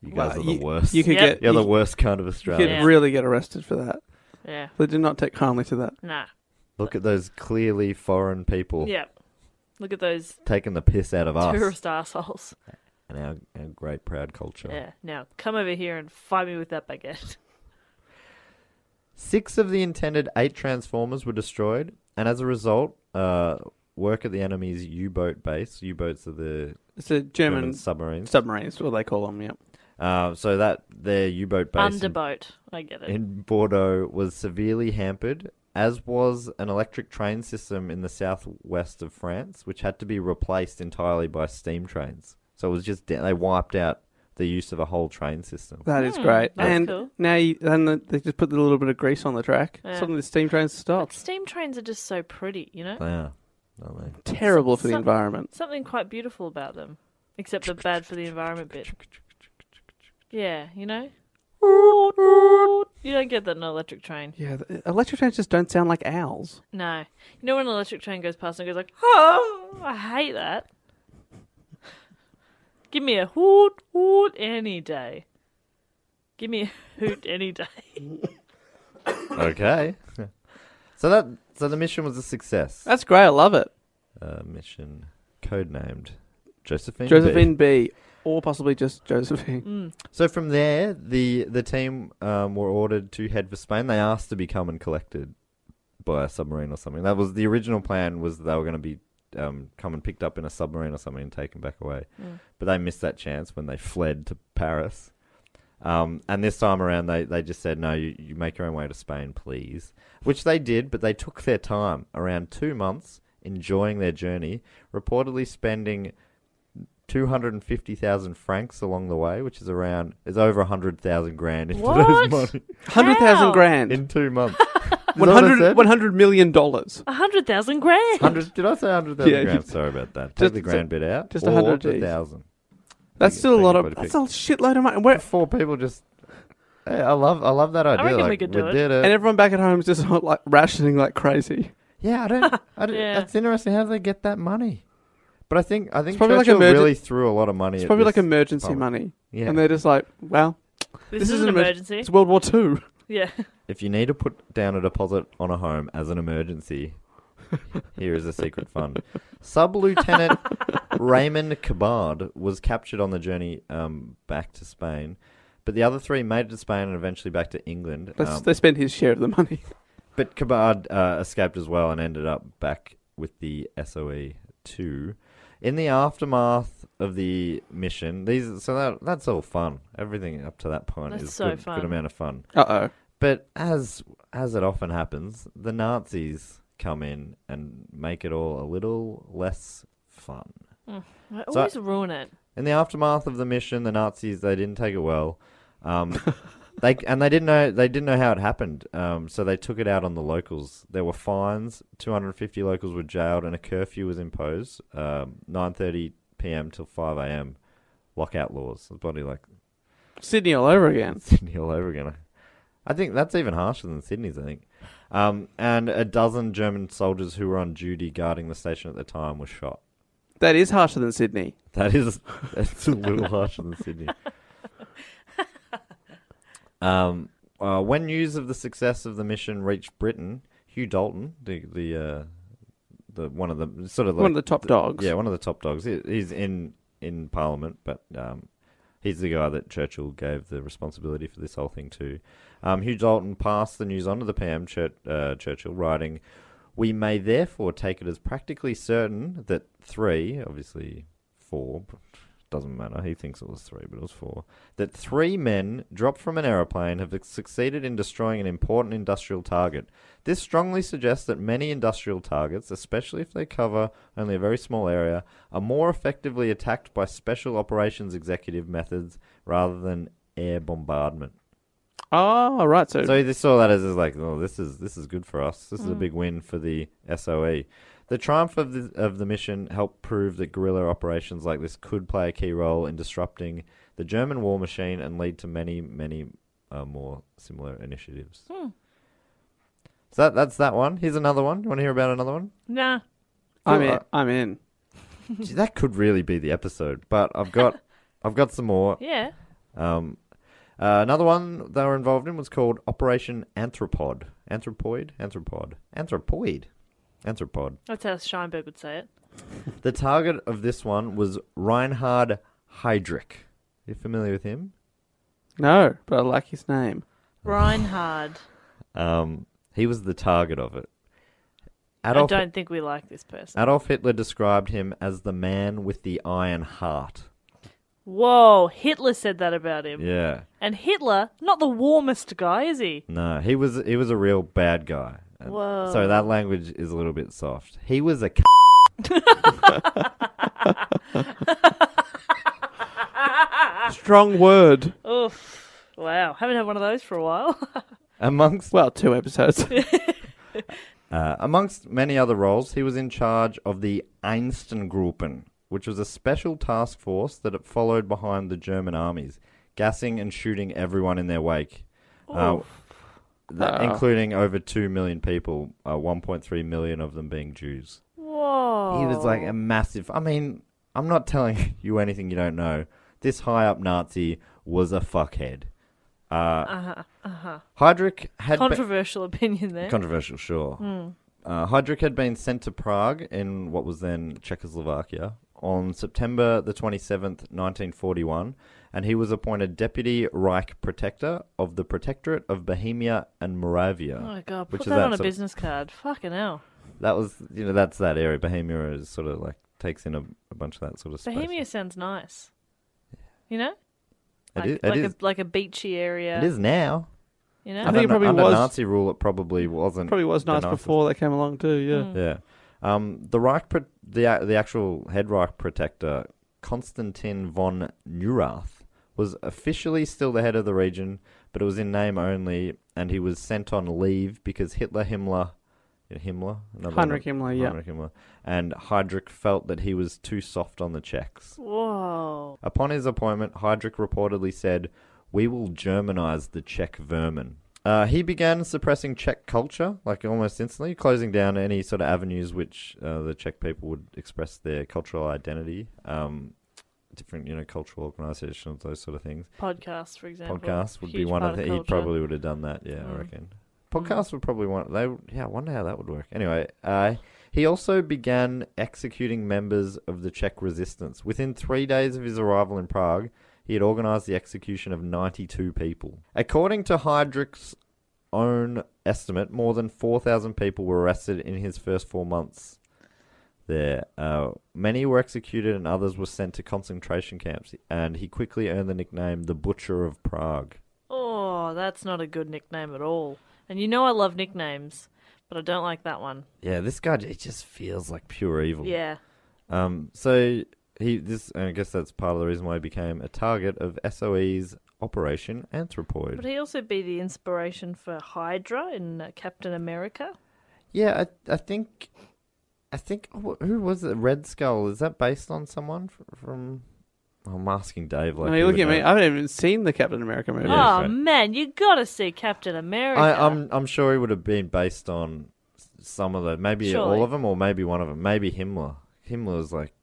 You Wow, guys are the you- worst. You You could Yep. get are you the worst kind of could Australian. Yeah. really get arrested for that. Yeah, They did not take kindly to that. nah, Look at those clearly foreign people. yeah. Look at those taking the piss out of us tourist assholes. and our, our great proud culture. Yeah. Now come over here and fight me with that baguette. Six of the intended eight Transformers were destroyed, and as a result, uh, work at the enemy's U-boat base. U-boats are the It's a German, German submarines. submarines, what they call them. Yeah. Uh, so that their U-boat base in, Underboat. I get it. in Bordeaux was severely hampered, as was an electric train system in the southwest of France, which had to be replaced entirely by steam trains. So it was just they wiped out the use of a whole train system. That is Hmm, great. that's and cool. now you, then the, they just put a little bit of grease on the track. Yeah. Suddenly the steam trains But stopped. steam trains are just so pretty, you know? They are. aren't they? Terrible for the Some- environment. Something quite beautiful about them, except the bad for the environment bit. Yeah, you know? You don't get that in an electric train. Yeah, the- uh, electric trains just don't sound like owls. No. You know when an electric train goes past and it goes like, oh, I hate that. Give me a hoot hoot any day. Give me a hoot any day. Okay. *laughs* so that so the mission was a success. That's great. I love it. Uh, mission codenamed Josephine. B. Josephine B. Or possibly just Mm. Josephine. So from there, the the team um, were ordered to head for Spain. They asked to be come and collected by a submarine or something. That was the original plan. Was they were going to be um, come and picked up in a submarine or something and taken back away. But they missed that chance when they fled to Paris. Um, and this time around, they, they just said, no, you, you make your own way to Spain, please. Which they did, but they took their time, around two months, enjoying their journey, reportedly spending 250,000 francs along the way, which is around, is over 100,000 grand in today's What? money. 100,000 How? grand. In two months. One hundred one hundred million dollars. A hundred thousand grand. Hundred? Did I say hundred thousand Yeah, you- grand? *laughs* Sorry about that. Take Just- the grand bit out. just Or 100 the Gs. thousand. That's Take it- still a take lot it of. by the That's pick. a shitload of money. And, we're, Four people just. Hey, I love, I love that idea. reckon we like, could do it. did it. and everyone back at home is just *laughs* like rationing like crazy. uh, Yeah, I don't. I don't *laughs* Yeah. That's interesting. How do they get that money? But I think I think probably like Churchill emergen- really threw a lot of money. It's at probably this like emergency moment. money. Yeah. And they're just like, well, This, this, is an emer- emergency. It's World War Two. *laughs* Yeah. if you need to put down a deposit on a home as an emergency, *laughs* here is a secret fund. Sub *laughs* Lieutenant Raymond Cabard was captured on the journey um, back to Spain, but the other three made it to Spain and eventually back to England. That's, Um, they spend his share of the money. *laughs* But Kabard uh, escaped as well and ended up back with the SOE two. In the aftermath of the mission, these so that that's all fun. Everything up to that point That's is so good, fun. good amount of fun. Uh oh. But as as it often happens, the Nazis come in and make it all a little less fun. I So- always ruin Mm. it. In the aftermath of the mission, the Nazis they didn't take it well. Um, *laughs* they and they didn't know they didn't know how it happened. Um, so they took it out on the locals. There were fines. Two hundred and fifty locals were jailed, and a curfew was imposed. Um, Nine thirty p.m. till five a.m. Lockout laws. It's probably like Sydney all over again. Sydney all over again. I think that's even harsher than Sydney's. I think. Um, and a dozen German soldiers who were on duty guarding the station at the time were shot. That is harsher than Sydney. That is that's a little harsher than Sydney. Um, uh, when news of the success of the mission reached Britain, Hugh Dalton, the the uh, the one of the sort of like, One of the top dogs. yeah one of the top dogs, he, he's in in Parliament, but um, he's the guy that Churchill gave the responsibility for this whole thing to. Um, Hugh Dalton passed the news on to the PM Chur- uh, Churchill, writing, "We may therefore take it as practically certain that three, obviously four, but doesn't matter. He thinks it was three, but it was four. That three men dropped from an aeroplane have succeeded in destroying an important industrial target. This strongly suggests that many industrial targets, especially if they cover only a very small area, are more effectively attacked by special operations executive methods rather than air bombardment. Oh, right. So, So they saw that as, as like, oh, this is this is good for us. This is a big win for the SOE. The triumph of the of the mission helped prove that guerrilla operations like this could play a key role in disrupting the German war machine and lead to many many uh, more similar initiatives. So that, that's that one. Here's another one. You want to hear about another one? Nah. I'm Cool. in. I'm in. Gee, that could really be the episode, but I've got I've got some more. Yeah. Um, uh, another one they were involved in was called Operation Anthropod. Anthropoid? Anthropod. Anthropoid. Anthropod. That's how Scheinberg would say it. The target of this one was Reinhard Heydrich. You familiar with him? No, but I like his name. Reinhard. Um, he was the target of it. Adolf, I don't think we like this person. Adolf Hitler described him as the man with the iron heart. Whoa, Hitler said that about him. Yeah. And Hitler, not the warmest guy, is he? No, he was he was a real bad guy. And Whoa. So that language is a little bit soft. He was a c- *laughs* Ah. *laughs* Strong word. Oh. Oof. Wow, haven't had one of those for a while. *laughs* amongst Well, two episodes. *laughs* uh, amongst many other roles. He was in charge of the Einstengruppen, which was a special task force that it followed behind the German armies, gassing and shooting everyone in their wake. Uh, that- including over 2 million people, uh, 1.3 million of them being Jews. Whoa. He was like a massive. I mean, I'm not telling *laughs* you anything you don't know. This high up Nazi was a fuckhead. Uh huh. Uh huh. Heydrich had been- Uh-huh, Controversial opinion there. controversial, sure. Hmm. Uh, Heydrich had been sent to Prague in what was then Czechoslovakia on September the 27th, 1941, and he was appointed Deputy Reich Protector of the Protectorate of Bohemia and Moravia. oh my god, put which is that, on a sort of- business card. Fucking hell. that was, you know, that's that area. Bohemia is sort of like takes in a, a bunch of that sort of space. Bohemia sounds nice. You know? It Like, is- it like is- a like a beachy area. It is now. You know? I think it Under- probably under was- Nazi rule. It probably wasn't. Probably was the nice nicest. before they came along too. Yeah. Mm. Yeah. Um, the Reich, pro- the a- the actual head Reich protector, Konstantin von Neurath, was officially still the head of the region, but it was in name only, and he was sent on leave because Hitler Himmler, Himmler, another Heinrich Himmler, yeah. Heinrich Himmler, and Heydrich felt that he was too soft on the Czechs. Whoa. Upon his appointment, Heydrich reportedly said, "We will Germanize the Czech vermin." Uh, he began suppressing Czech culture, like almost instantly, closing down any sort of avenues which uh, the Czech people would express their cultural identity, um, different you know cultural organizations, those sort of things. Podcasts, for example. Podcasts would be Huge one part of the. He culture. Mm. probably would have done that. Yeah, I reckon. Podcasts would probably want. They yeah. I wonder how that would work. Anyway, uh, he also began executing members of the Czech resistance. Within three days of his arrival in Prague, he had organized the execution of ninety-two people. According to Heydrich's own estimate, more than four thousand people were arrested in his first four months there. Uh, many were executed and others were sent to concentration camps, and he quickly earned the nickname the Butcher of Prague. Oh, that's not a good nickname at all. And you know I love nicknames, but I don't like that one. Yeah, this guy, it just feels like pure evil. Yeah. Um, so he this, and I guess that's part of the reason why he became a target of SOE's Operation Anthropoid. Would he also be the inspiration for Hydra in uh, Captain America? yeah, I, I think, I think wh- who was it? Red Skull. Is that based on someone fr- from? I'm asking Dave. Like, I mean, he look would at me. know. I haven't even seen the Captain America movie. Yeah. oh right. man, you gotta see Captain America. I, um, I'm I'm sure he would have been based on s- some of the maybe all Surely. of them or maybe one of them. Maybe Himmler. Himmler was like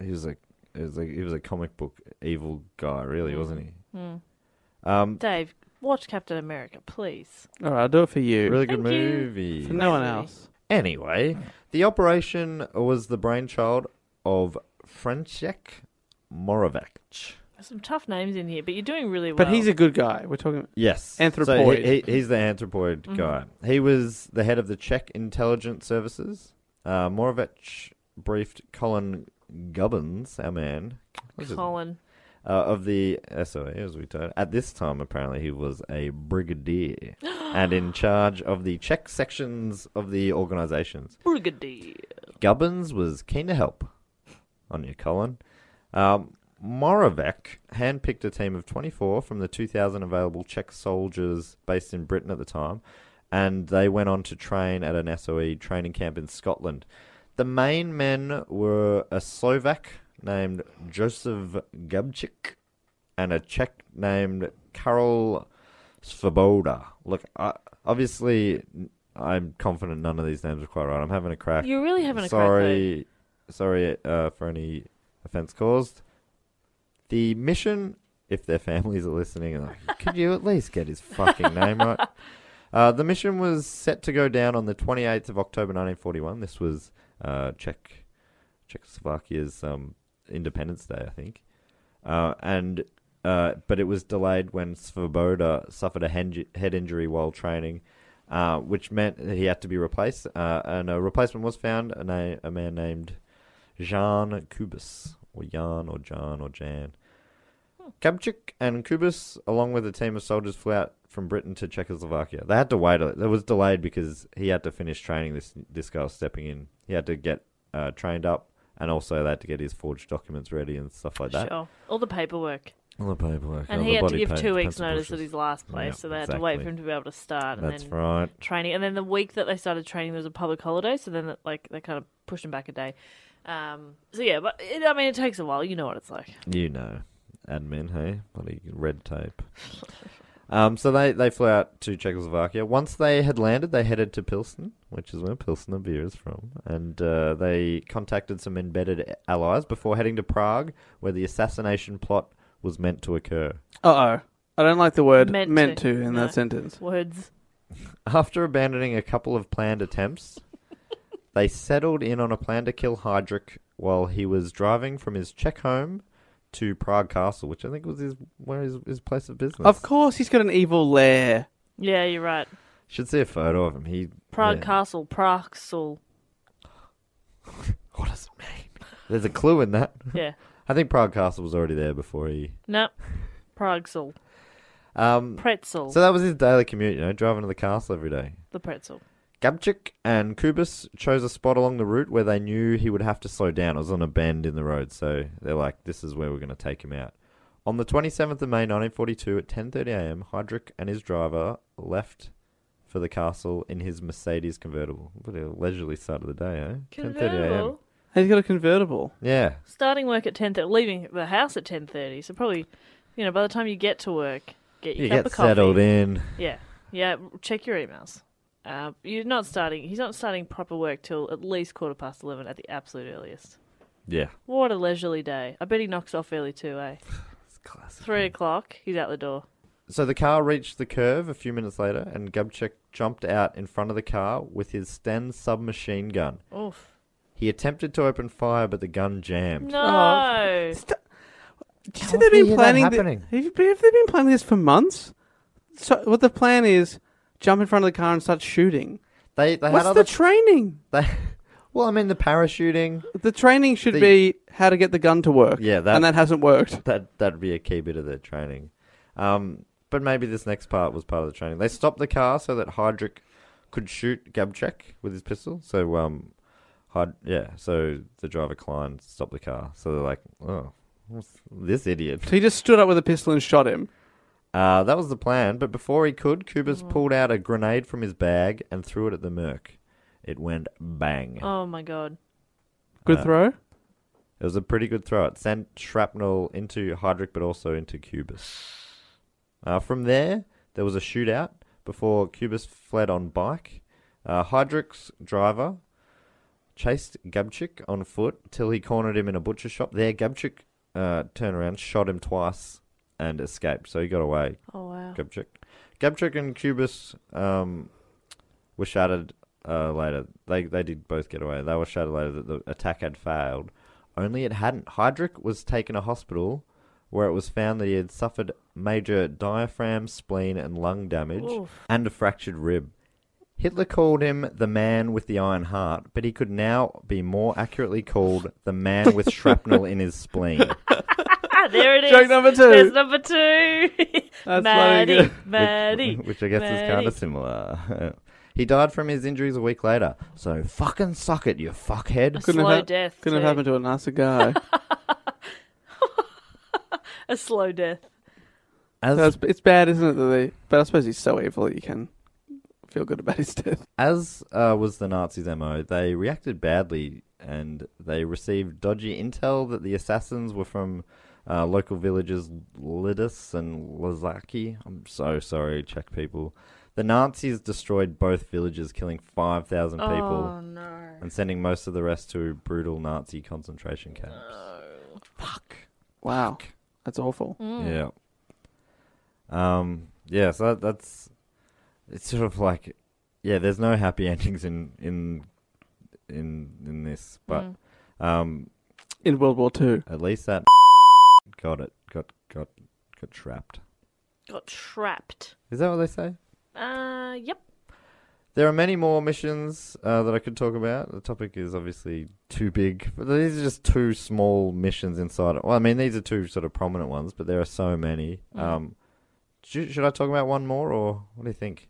he was like he was like he was a comic book evil guy, really, Mm. wasn't he? Um, Dave, watch Captain America, please. All right, I'll do it for you. really good Thank you. movie. For no one else. Anyway, the operation was the brainchild of Francek Moravec. There's some tough names in here, but you're doing really well. But he's a good guy. We're talking. Yes. So he- Anthropoid. he, he's the anthropoid Mm-hmm. guy. He was the head of the Czech intelligence services. Uh, Moravec briefed Colin Gubbins, our man, what's his- Colin. uh, of the SOA, as we told. At this time, apparently, he was a *gasps* brigadier and in charge of the Czech sections of the organizations. Brigadier. Gubbins was keen to help. On you, Colin. Um, Moravec handpicked a team of 24 from the 2,000 available Czech soldiers based in Britain at the time, and they went on to train at an SOE training camp in Scotland. The main men were a Slovak named Josef Gabchik and a Czech named Karol Svoboda. Look, I, obviously, I'm confident none of these names are quite right. I'm having a crack You're really having a crack. sorry, sorry uh, for any offense caused. The mission, if their families are listening, are like, *laughs* could you at least get his fucking *laughs* name right? Uh, the mission was set to go down on the 28th of October 1941. This was uh, Czech Czechoslovakia's um, Independence Day, I think. Uh, and uh, but it was delayed when Svoboda suffered a hen- head injury while training, uh, which meant that he had to be replaced. Uh, and a replacement was found, a, na- a man named Jean Kubis, or Jan, or John, or Jan. Kabchik and Kubis, along with a team of soldiers, flew out from Britain to Czechoslovakia. They had to wait. It was delayed because he had to finish training this this guy was stepping in. He had to get uh, trained up, and also they had to get his forged documents ready and stuff like that. Sure. All the paperwork. All the paperwork. And all he had "Oh, the to body give paint, two weeks' pencil notice brushes. at his last place, Yeah, so they had to wait for exactly. him to be able to start and That's then right. training. And then the week that they started training there was a public holiday, so then like they kind of pushed him back a day. Um, so yeah, but it, I mean, it takes a while. You know what it's like. You know, admin, hey, bloody red tape. *laughs* um, so they they flew out to Czechoslovakia. Once they had landed, they headed to Pilsen, which is where Pilsner beer is from, and uh, they contacted some embedded allies before heading to Prague, where the assassination plot was meant to occur. Uh oh. I don't like the word meant, Meant to. to. in No. that sentence. Words. After abandoning a couple of planned attempts, they settled in on a plan to kill Heydrich while he was driving from his Czech home to Prague Castle, which I think was his where his, his place of business. Of course, he's got an evil lair. Yeah, you're right. Should see a photo of him. He Prague yeah. Castle, *laughs* Praxel. What does it mean? There's a clue in that. Yeah. I think Prague Castle was already there before he. No. Praxel. Um, Pretzel. so that was his daily commute, you know, driving to the castle every day. the pretzel. Gabchik and Kubis chose a spot along the route where they knew he would have to slow down. It was on a bend in the road, so they're like, "This is where we're going to take him out." On the 27th of May 1942 at 10:30 a.m., Heydrich and his driver left for the castle in his Mercedes convertible. What a leisurely start of the day, eh? 10:30 a.m. Convertible. He's got a convertible. Yeah, Starting work at ten thirty, leaving the house at ten thirty. So probably, you know, by the time you get to work, get your you cup get of coffee. settled in. Yeah, yeah. Check your emails. Uh, you're not starting. He's not starting proper work till at least quarter past eleven at the absolute earliest. Yeah, What a leisurely day. I bet he knocks off early too, *sighs* eh? it's classic. Three o'clock, he's out the door. So the car reached the curve a few minutes later, and Gubchek jumped out in front of the car with his Sten submachine gun. Oof. He attempted to open fire, but the gun jammed. No. Oh. Did you How say often they've been hear that planning? thi- happening? have, you been, have they been planning this for months? So what the plan is? Jump in front of the car and start shooting. They they What's had the other. training? they, *laughs* well, I mean the parachuting. The training should The- be how to get the gun to work. Yeah, that- and that hasn't worked. That that'd be a key bit of their training. Um, but maybe this next part was part of the training. They stopped the car so that Heydrich could shoot Gubchek with his pistol. So um, Heid- yeah. So the driver Klein stopped the car. So they're like, oh, what's this idiot. So he just stood up with a pistol and shot him. Uh, that was the plan, but before he could, Kubis Oh. pulled out a grenade from his bag and threw it at the Merc. It went bang. Oh my god. Good throw. It was a pretty good throw. It sent shrapnel into Heydrich, but also into Cubis. Uh, from there, there was a shootout before Cubis fled on bike. Uh, Heydrich's driver chased Gabchik on foot till he cornered him in a butcher shop. There, Gabchik uh, turned around, shot him twice, and escaped. So he got away. Oh wow. Gabchik. Gabchik and Cubis um, were shattered uh, later. They they did both get away. They were shattered later that the attack had failed. Only it hadn't. Heydrich was taken to hospital where it was found that he had suffered major diaphragm, spleen, and lung damage and a fractured rib. Hitler called him the man with the iron heart, but he could now be more accurately called the man with shrapnel in his spleen. Ah, there it is. *laughs* Joke number two. There's number *laughs* two. bloody Maddie. good. *laughs* Maddie. Which I guess is Maddie. kind of similar. *laughs* he died from his injuries a week later. So fucking suck it, you fuckhead. Couldn't have slow hap- death, Couldn't too. have happened to a nicer guy. *laughs* A slow death. So As it's, it's bad, isn't it? That they, but I suppose he's so evil that you can feel good about his death. as uh, was the Nazis' MO, they reacted badly and they received dodgy intel that the assassins were from uh, local villages Lidus and Lazaki. I'm so sorry, Czech people. The Nazis destroyed both villages, killing 5,000 people Oh no. and sending most of the rest to brutal Nazi concentration camps. Fuck. Wow, that's awful. Mm. Yeah. Um. Yeah. So that, that's it's sort of like yeah. There's no happy *laughs* endings in in in in this, but um. In World War Two, At least that *laughs* got it. Got got got trapped. Got trapped. Is that what they say? Uh, yep. There are many more missions uh, that I could talk about. The topic is obviously too big, but these are just two small missions inside. Well, I mean, these are two sort of prominent ones, but there are so many. Mm. Um, should, should I talk about one more, or what do you think?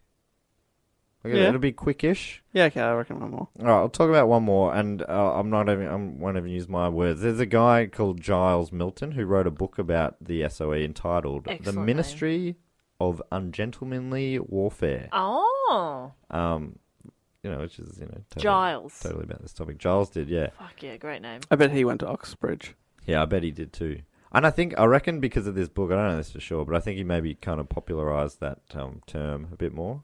Okay, Yeah. It'll be quickish. Yeah, okay, I reckon one more. All right, I'll talk about one more, and uh, I'm not even I won't even use my words. There's a guy called Giles Milton who wrote a book about the SOE entitled Excellent "The name. Ministry of Ungentlemanly Warfare." Oh, Um, you know, which is you know totally, Giles. totally about this topic. Giles did, yeah, fuck yeah, great name. I bet he went to Oxbridge. yeah. I bet he did too. And I think I reckon because of this book, I don't know this for sure, but I think he maybe kind of popularized that um, term a bit more,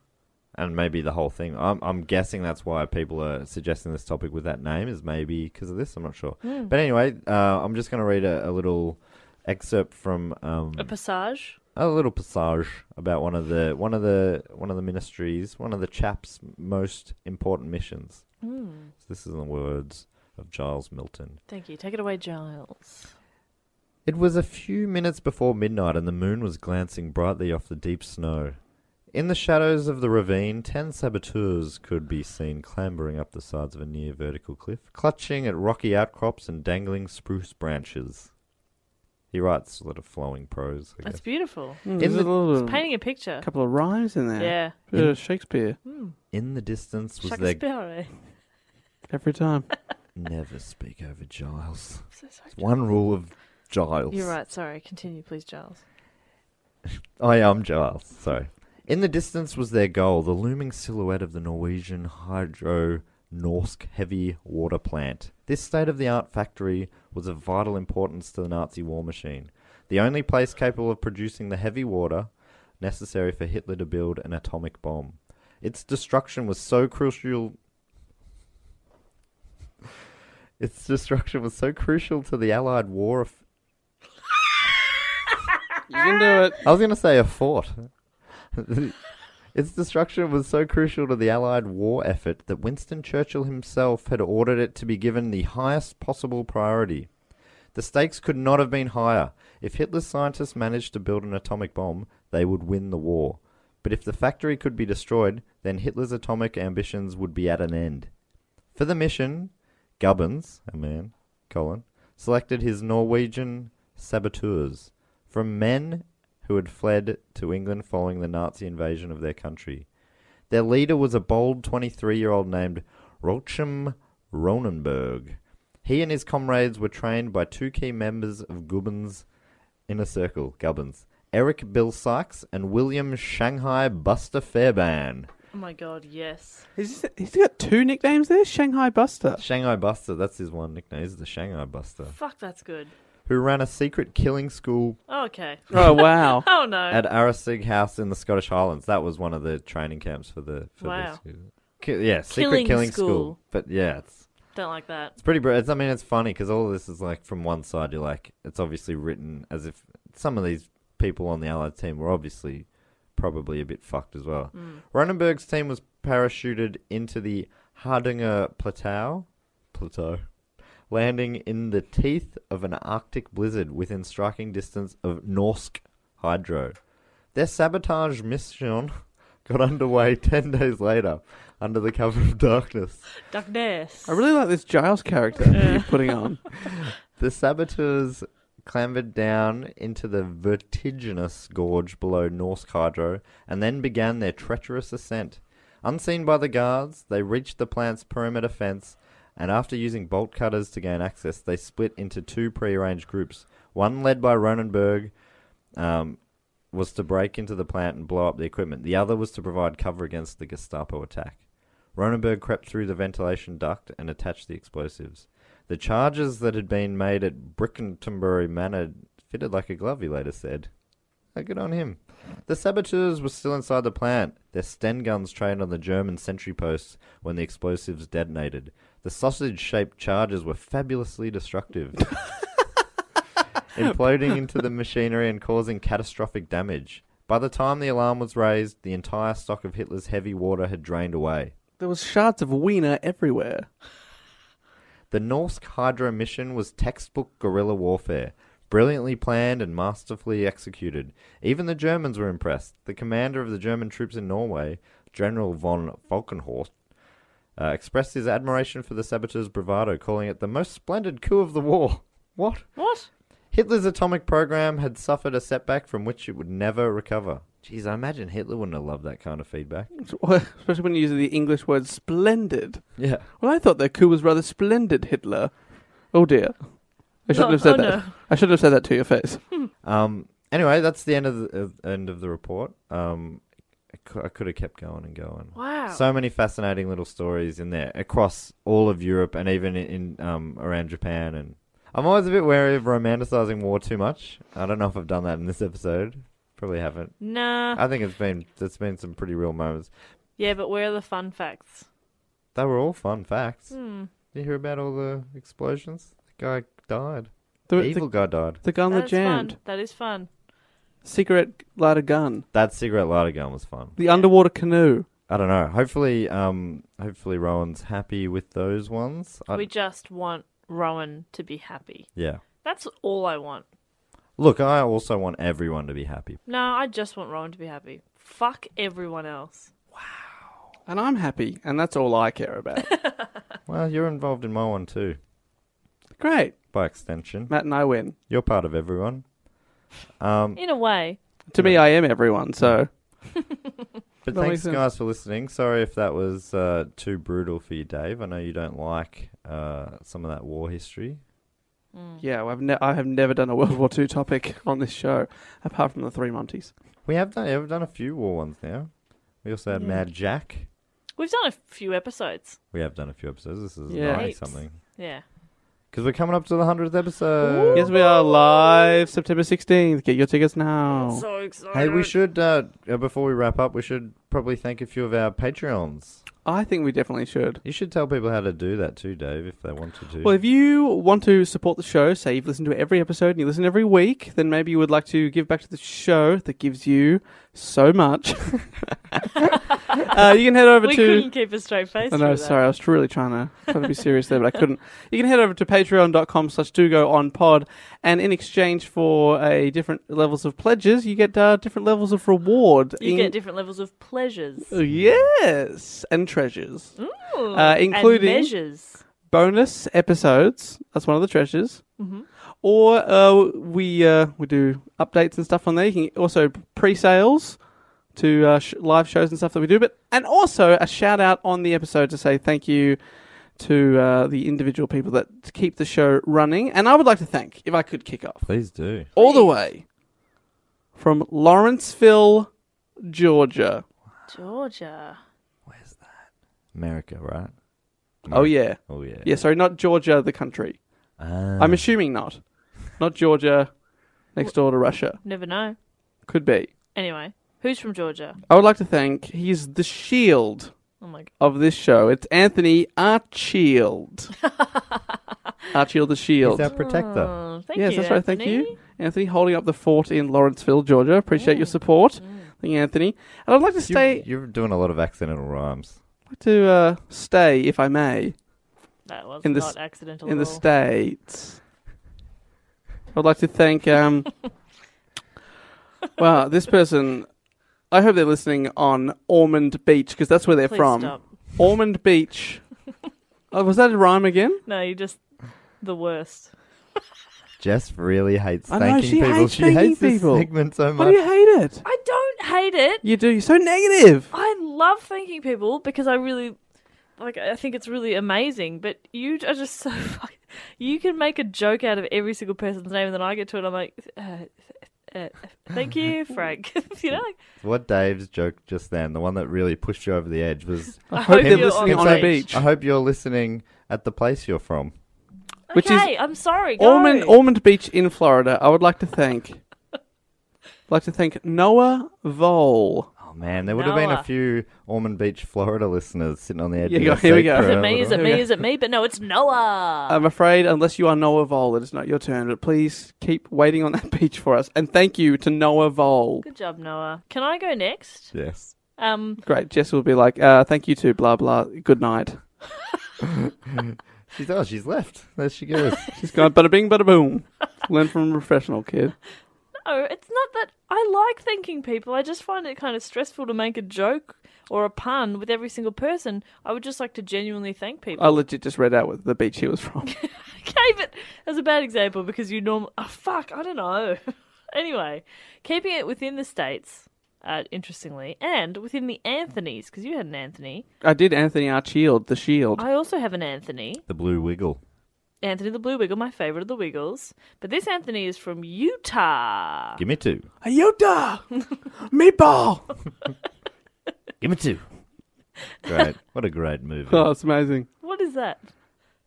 and maybe the whole thing. I'm I'm guessing that's why people are suggesting this topic with that name is maybe because of this. I'm not sure, Hmm. but anyway, uh, I'm just going to read a, a little excerpt from um, A passage. a little passage about one of the one of the one of the ministries, one of the chap's most important missions. So this is in the words of Giles Milton. Thank you. Take it away, Giles. It was a few minutes before midnight, and the moon was glancing brightly off the deep snow. In the shadows of the ravine, ten saboteurs could be seen clambering up the sides of a near vertical cliff, clutching at rocky outcrops and dangling spruce branches. He writes a lot of flowing prose. I guess. That's beautiful. There's the- a little, It's painting a picture. couple of rhymes in there. Yeah. Bit of Shakespeare In the distance was their Shakespeare. every time. never speak over Giles. I'm so sorry. It's one rule of Giles. You're right. Sorry. Continue, please, Giles. I am Giles. Sorry. In the distance was their goal, the looming silhouette of the Norwegian Hydro Norsk heavy water plant. This state of the art factory was of vital importance to the Nazi war machine, the only place capable of producing the heavy water necessary for Hitler to build an atomic bomb. Its destruction was so crucial. *laughs* Its destruction was so crucial to the Allied war of You can do *laughs* it. I was going to say a fort. its destruction was so crucial to the Allied war effort that Winston Churchill himself had ordered it to be given the highest possible priority. The stakes could not have been higher. If Hitler's scientists managed to build an atomic bomb, they would win the war. But if the factory could be destroyed, then Hitler's atomic ambitions would be at an end. For the mission, Gubbins, a man, Colin, selected his Norwegian saboteurs from men who had fled to England following the Nazi invasion of their country. Their leader was a bold 23 year old named Rocham Ronenberg. He and his comrades were trained by two key members of Gubbins' inner circle, Gubbins, Eric Bill Sykes and William Shanghai Buster Fairbairn. Oh my God. Yes. He's, he's got two nicknames there Shanghai Buster. Shanghai Buster, that's his one nickname, he's the Shanghai Buster, Fuck. That's good. who ran a secret killing school Okay. *laughs* Oh, wow. Oh no. at Arasig House in the Scottish Highlands. That was one of the training camps for the for Wow. this. Ki- yeah, secret Killing killing, school. school. But yeah, it's Don't like that. it's pretty. Br- it's, I mean, it's funny because all of this is like from one side. You're like, it's obviously written as if some of these people on the Allied team were obviously probably a bit fucked as well. Ronenberg's team was parachuted into the Hardinger Plateau, plateau, landing in the teeth of an Arctic blizzard within striking distance of Norsk Hydro. Their sabotage mission *laughs* got underway ten days later under the cover of darkness. Darkness. I really like this Giles character that you're putting on. The saboteurs clambered down into the vertiginous gorge below Norse Hydro and then began their treacherous ascent. Unseen by the guards, they reached the plant's perimeter fence, and after using bolt cutters to gain access, they split into two prearranged groups. One led by Ronenberg um, was to break into the plant and blow up the equipment. The other was to provide cover against the Gestapo attack. Ronenberg crept through the ventilation duct and attached the explosives. The charges that had been made at Brickentonbury Manor fitted like a glove, he later said. Oh, good on him. The saboteurs were still inside the plant, their Sten guns trained on the German sentry posts when the explosives detonated. The sausage shaped charges were fabulously destructive, imploding into the machinery and causing catastrophic damage. By the time the alarm was raised, the entire stock of Hitler's heavy water had drained away. *laughs* There was shards of wiener everywhere. The Norsk Hydro mission was textbook guerrilla warfare, brilliantly planned and masterfully executed. Even the Germans were impressed. The commander of the German troops in Norway, General von Falkenhorst, uh, expressed his admiration for the saboteurs' bravado, calling it the most splendid coup of the war. *laughs* What? What? Hitler's atomic program had suffered a setback from which it would never recover. Jeez, I imagine Hitler wouldn't have loved that kind of feedback. *laughs* Especially when you use the English word splendid. Yeah. Well, I thought the coup was rather splendid, Hitler. Oh dear. I shouldn't Oh, have said oh, that. no. I should have said that to your face. Um. Anyway, that's the end of the of, end of the report. Um, I cou- I could have kept going and going. Wow. So many fascinating little stories in there across all of Europe and even in in, um around Japan. And I'm always a bit wary of romanticizing war too much. I don't know if I've done that in this episode. Probably haven't. nah. I think it's been it's been some pretty real moments. Yeah, but where are the fun facts? They were all fun facts. Did you hear about all the explosions? The guy died. The, The, the- evil guy died. the gun that That's jammed. fun. That is fun. Cigarette lighter gun. That cigarette lighter gun was fun. The underwater canoe. I don't know. Hopefully, um, hopefully Rowan's happy with those ones. I, We just want Rowan to be happy. yeah. That's all I want. Look, I also want everyone to be happy. No, Uh, I just want Rowan to be happy. Fuck everyone else. And I'm happy, and that's all I care *laughs* about. Well, you're involved in my one too, Great. by extension. Matt and I win. You're part of everyone. Um, In a way. To me, I am everyone, so. but That makes thanks, sense. guys, for listening. Sorry if that was uh, too brutal for you, Dave. I know you don't like uh, some of that war history. Mm. Yeah, well, I've ne- I have never done a World War II topic *laughs* on this show, apart from the three Monties. We have done, have done a few war ones now. We also had Mad Jack. We've done a few episodes. We have done a few episodes. This is Yeah. like Heaps. something Yeah. because we're coming up to the hundredth episode. Yes, we are live September 16th. Get your tickets now. So excited. Hey, we should uh, uh, before we wrap up, we should probably thank a few of our Patreons. I think we definitely should. You should tell people how to do that too, Dave, if they want to do. Well, if you want to support the show, say you've listened to every episode and you listen every week, then maybe you would like to give back to the show that gives you *laughs* so much. *laughs* uh, you can head over We to. couldn't keep a straight face. I know, through that. sorry, I was really trying to, trying to be serious there, but I couldn't. You can head over to patreon.com slash do go on pod, and in exchange for a different levels of pledges, you get uh, different levels of reward. You in- get different levels of pleasures. Yes, and treasures. Ooh, Uh, including- and measures. bonus episodes. That's one of the treasures. Or uh, we uh, we do updates and stuff on there. You can also pre-sales to uh, sh- live shows and stuff that we do. But and also a shout out on the episode to say thank you to uh, the individual people that keep the show running. And I would like to thank, if I could kick off, Please do. all the way from Lawrenceville, Georgia. Georgia. America, right? Oh yeah, Oh yeah. yeah. Sorry, not Georgia, the country. Ah. I'm assuming not. Not Georgia, next door to Russia. Never know. Could be. Anyway, who's from Georgia? I would like to thank, he's the shield Oh my god. of this show. It's Anthony *laughs* Archield. Archield the He's Shield. our protector. Oh, thank yes, you. that's right. Thank Anthony. you. Anthony, holding up the fort in Lawrenceville, Georgia. Appreciate your support. Mm. Thank you, Anthony. And I'd like to stay, You, you're doing a lot of accidental rhymes. like to uh, stay, if I may, That was In the not s- accidental. in the at all. States. I'd like to *laughs* thank, um, wow, this person, I hope they're listening on Ormond Beach, because that's where they're Please from. stop. *laughs* Ormond Beach. Oh, was that a rhyme again? No, you're just the worst. Jess really hates I know, thanking she people. hates she thanking hates this people. segment so Why much. do you hate it? I don't hate it. You do. You're so negative. I love thanking people because I really like I think it's really amazing, but you are just so *laughs* fucking you can make a joke out of every single person's name and then I get to it and I'm like uh, uh, thank you, Frank. *laughs* you know? What Dave's joke just then, the one that really pushed you over the edge, *laughs* was. I hope they're you're listening on on a stage. beach. I hope you're listening at the place you're from. Which is- okay, I'm sorry. Go. Ormond, Ormond Beach in Florida. I would like to thank. *laughs* I'd like to thank Noah Vole. Oh man, there would have been a Noah. few Ormond Beach, Florida listeners sitting on the edge Yeah, of their go- here we seat go. for Is Is a it me? little- Is it me? Is it me? But no, it's Noah. I'm afraid, unless you are Noah Vole, it is not your turn. But please keep waiting on that *laughs* beach for us. And thank you to Noah Vole. Good job, Noah. Can I go next? Yes. Um Great. Jess will be like, uh, thank you to blah blah. Good night. She's oh, *laughs* she's left. There she goes. *laughs* She's gone. Bada bing, bada boom. Learn from a professional kid. No, it's not that I like thanking people. I just find it kind of stressful to make a joke or a pun with every single person. I would just like to genuinely thank people. *laughs* I legit just read out what the beach he was from. Okay, but that's a bad example because you norm. Oh, fuck, I don't know. *laughs* anyway, keeping it within the states, uh, interestingly, and within the Anthony's because you had an Anthony. I did Anthony Archield, *laughs* The Shield. I also have an Anthony, The Blue Wiggle. Anthony the Blue Wiggle, my favorite of the Wiggles. But this Anthony is from Utah. Give me two. Ayota! Meatball! Give me two. Great. What a great movie. *laughs* *laughs* Oh, it's amazing. What is that?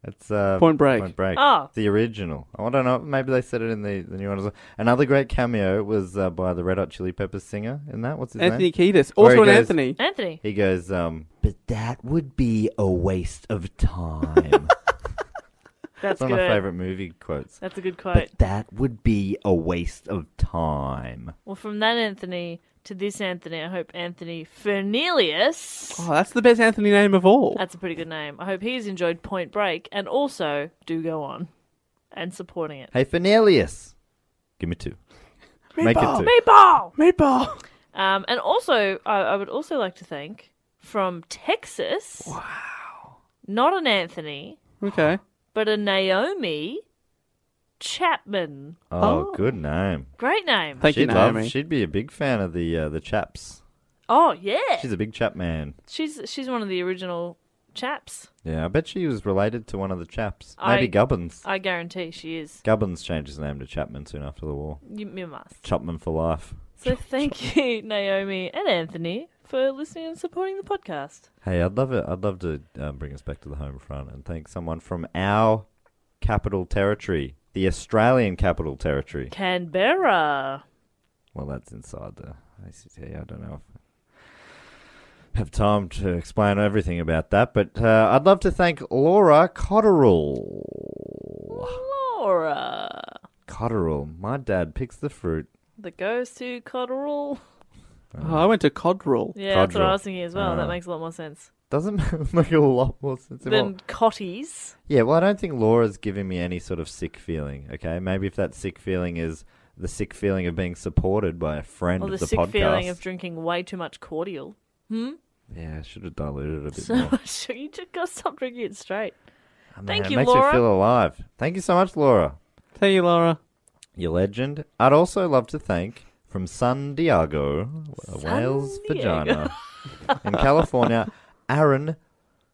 It's uh, Point Break. Point Break. Oh. The original. I don't know. Maybe they said it in the, the new one as well. Another great cameo was uh, by the Red Hot Chili Peppers singer in that. What's his Anthony name? Kiedis. Where he Also an goes- Anthony. Anthony. He goes, um, but that would be a waste of *laughs* time. That's it's one good. of my favourite movie quotes. That's a good quote. But that would be a waste of time. Well, from that Anthony to this Anthony, I hope Anthony Fernelius. Oh, that's the best Anthony name of all. That's a pretty good name. I hope he's enjoyed Point Break and also do go on and supporting it. Hey, Fernelius. Give me two. Make it two. Meatball! Meatball! Um, and also, I, I would also like to thank from Texas. Wow. Not an Anthony, Okay. but a Naomi Chapman. Oh, good name. Great name. Thank you, she'd love- Naomi. She'd be a big fan of the uh, the chaps. oh, yeah. She's a big chap man. She's, she's one of the original chaps. Yeah, I bet she was related to one of the chaps. I- Maybe Gubbins. I guarantee she is. Gubbins changed his name to Chapman soon after the war. You, you must. Chapman for life. So *laughs* thank you, Naomi and Anthony, for listening and supporting the podcast. Hey, I'd love it. I'd love to um, bring us back to the home front and thank someone from our capital territory, the Australian capital territory. Canberra. Well, that's inside the ACT. I don't know if I have time to explain everything about that, but uh, I'd love to thank Laura Cotterill. Laura. Cotterill. My dad picks the fruit. That goes to Cotterill. Oh, I went to Codrell. Yeah, that's what I Cotterill. was thinking as well. Ah. that makes a lot more sense. Doesn't *laughs* make a lot more sense. at all. Then Cotties. Yeah, well, I don't think Laura's giving me any sort of sick feeling. Okay, maybe if that sick feeling is the sick feeling of being supported by a friend Or of the, the, sick podcast. feeling of drinking way too much cordial. *laughs* yeah, I should have diluted it a bit So more. so you just gotta stop drinking it straight. I *laughs* mean, Thank it you, makes Laura. me feel alive. Thank you so much, Laura. Thank you, Laura. You legend. I'd also love to thank from San Diego, a whale's Diego. vagina, in California, Aaron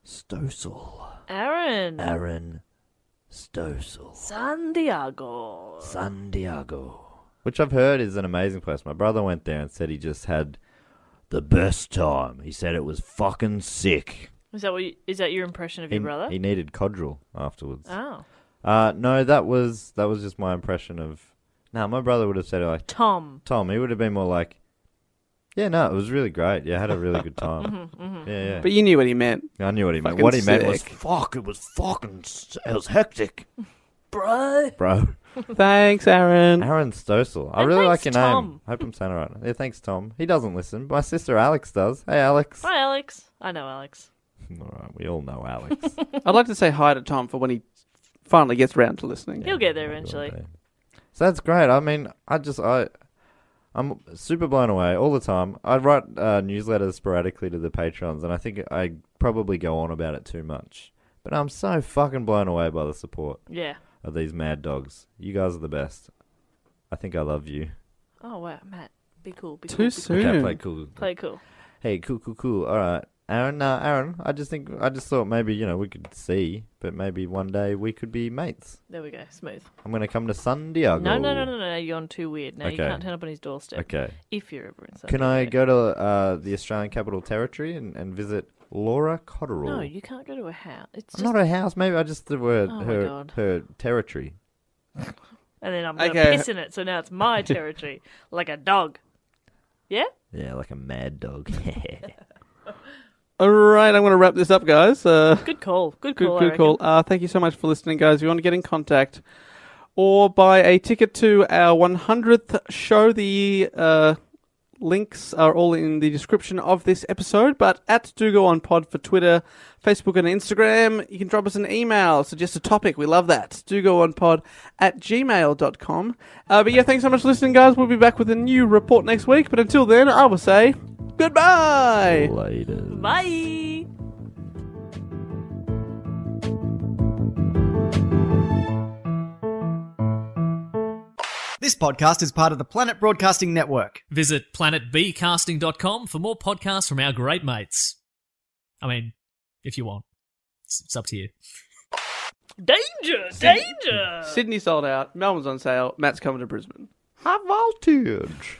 Stosel. Aaron. Aaron Stosel. San Diego. San Diego, which I've heard is an amazing place. My brother went there and said he just had the best time. He said it was fucking sick. Is that what you, is that your impression of He, your brother? he needed codril afterwards. oh. Uh, no, that was that was just my impression of. Now my brother would have said it like Tom. Tom. He would have been more like, yeah, no, it was really great. Yeah, I had a really *laughs* good time. Mm-hmm, Yeah, yeah. But you knew what he meant. I knew what he meant. Fucking What he meant was sick. fuck. It was fucking. s- It *laughs* was hectic, bro. Bro. Thanks, Aaron. Aaron Stosel. I And really like thanks, your Tom. name. I hope I'm saying it right. Yeah, thanks, Tom. He doesn't listen. My sister Alex does. Hey, Alex. Hi, Alex. I know Alex. All right, we all know *laughs* Alex. I'd like to say hi to Tom for when he finally gets round to listening. He'll get there eventually. so that's great. I mean, I just I, I'm super blown away all the time. I write uh, newsletters sporadically to the patrons, and I think I probably go on about it too much. But I'm so fucking blown away by the support Yeah. of these mad dogs. You guys are the best. I think I love you. Oh wow, Matt, be cool. Be cool, Too be soon. Okay, play cool. Cool. Play cool. Hey, cool, cool, cool. All right, Aaron. Now, Aaron, I just think I just thought maybe you know we could see, but maybe one day we could be mates. There we go. Smooth. I'm gonna come to San Diego. No, no, no, no, no. You're on too weird. Now you Okay. can't turn up on his doorstep. Okay. If you're ever in San Can I Diego. go to uh, the Australian Capital Territory and, and visit Laura Cotterill? No, you can't go to a house. It's just. not her house. Maybe I just the word Oh my her God. her territory. And then I'm gonna Okay. piss in it. So now it's *laughs* my territory, like a dog. Yeah. Yeah, like a mad *laughs* dog. All right, I'm going to wrap this up, guys. Uh, Good call. Good Good, call. I good reckon. call. Uh, thank you so much for listening, guys. If you want to get in contact or buy a ticket to our 100th show, the uh, Links are all in the description of this episode, but at Do Go On Pod for Twitter, Facebook, and Instagram. You can drop us an email, suggest a topic. We love that. Do Go On Pod at gmail.com. Uh, but yeah, thanks so much for listening, guys. We'll be back with a new report next week. But until then, I will say goodbye. Later. Bye. This podcast is part of the Planet Broadcasting Network. Visit planetbcasting.com for more podcasts from our great mates. I mean, if you want, it's, it's up to you. Danger, danger. Sydney sold out. Melbourne's on sale. Matt's coming to Brisbane. High voltage.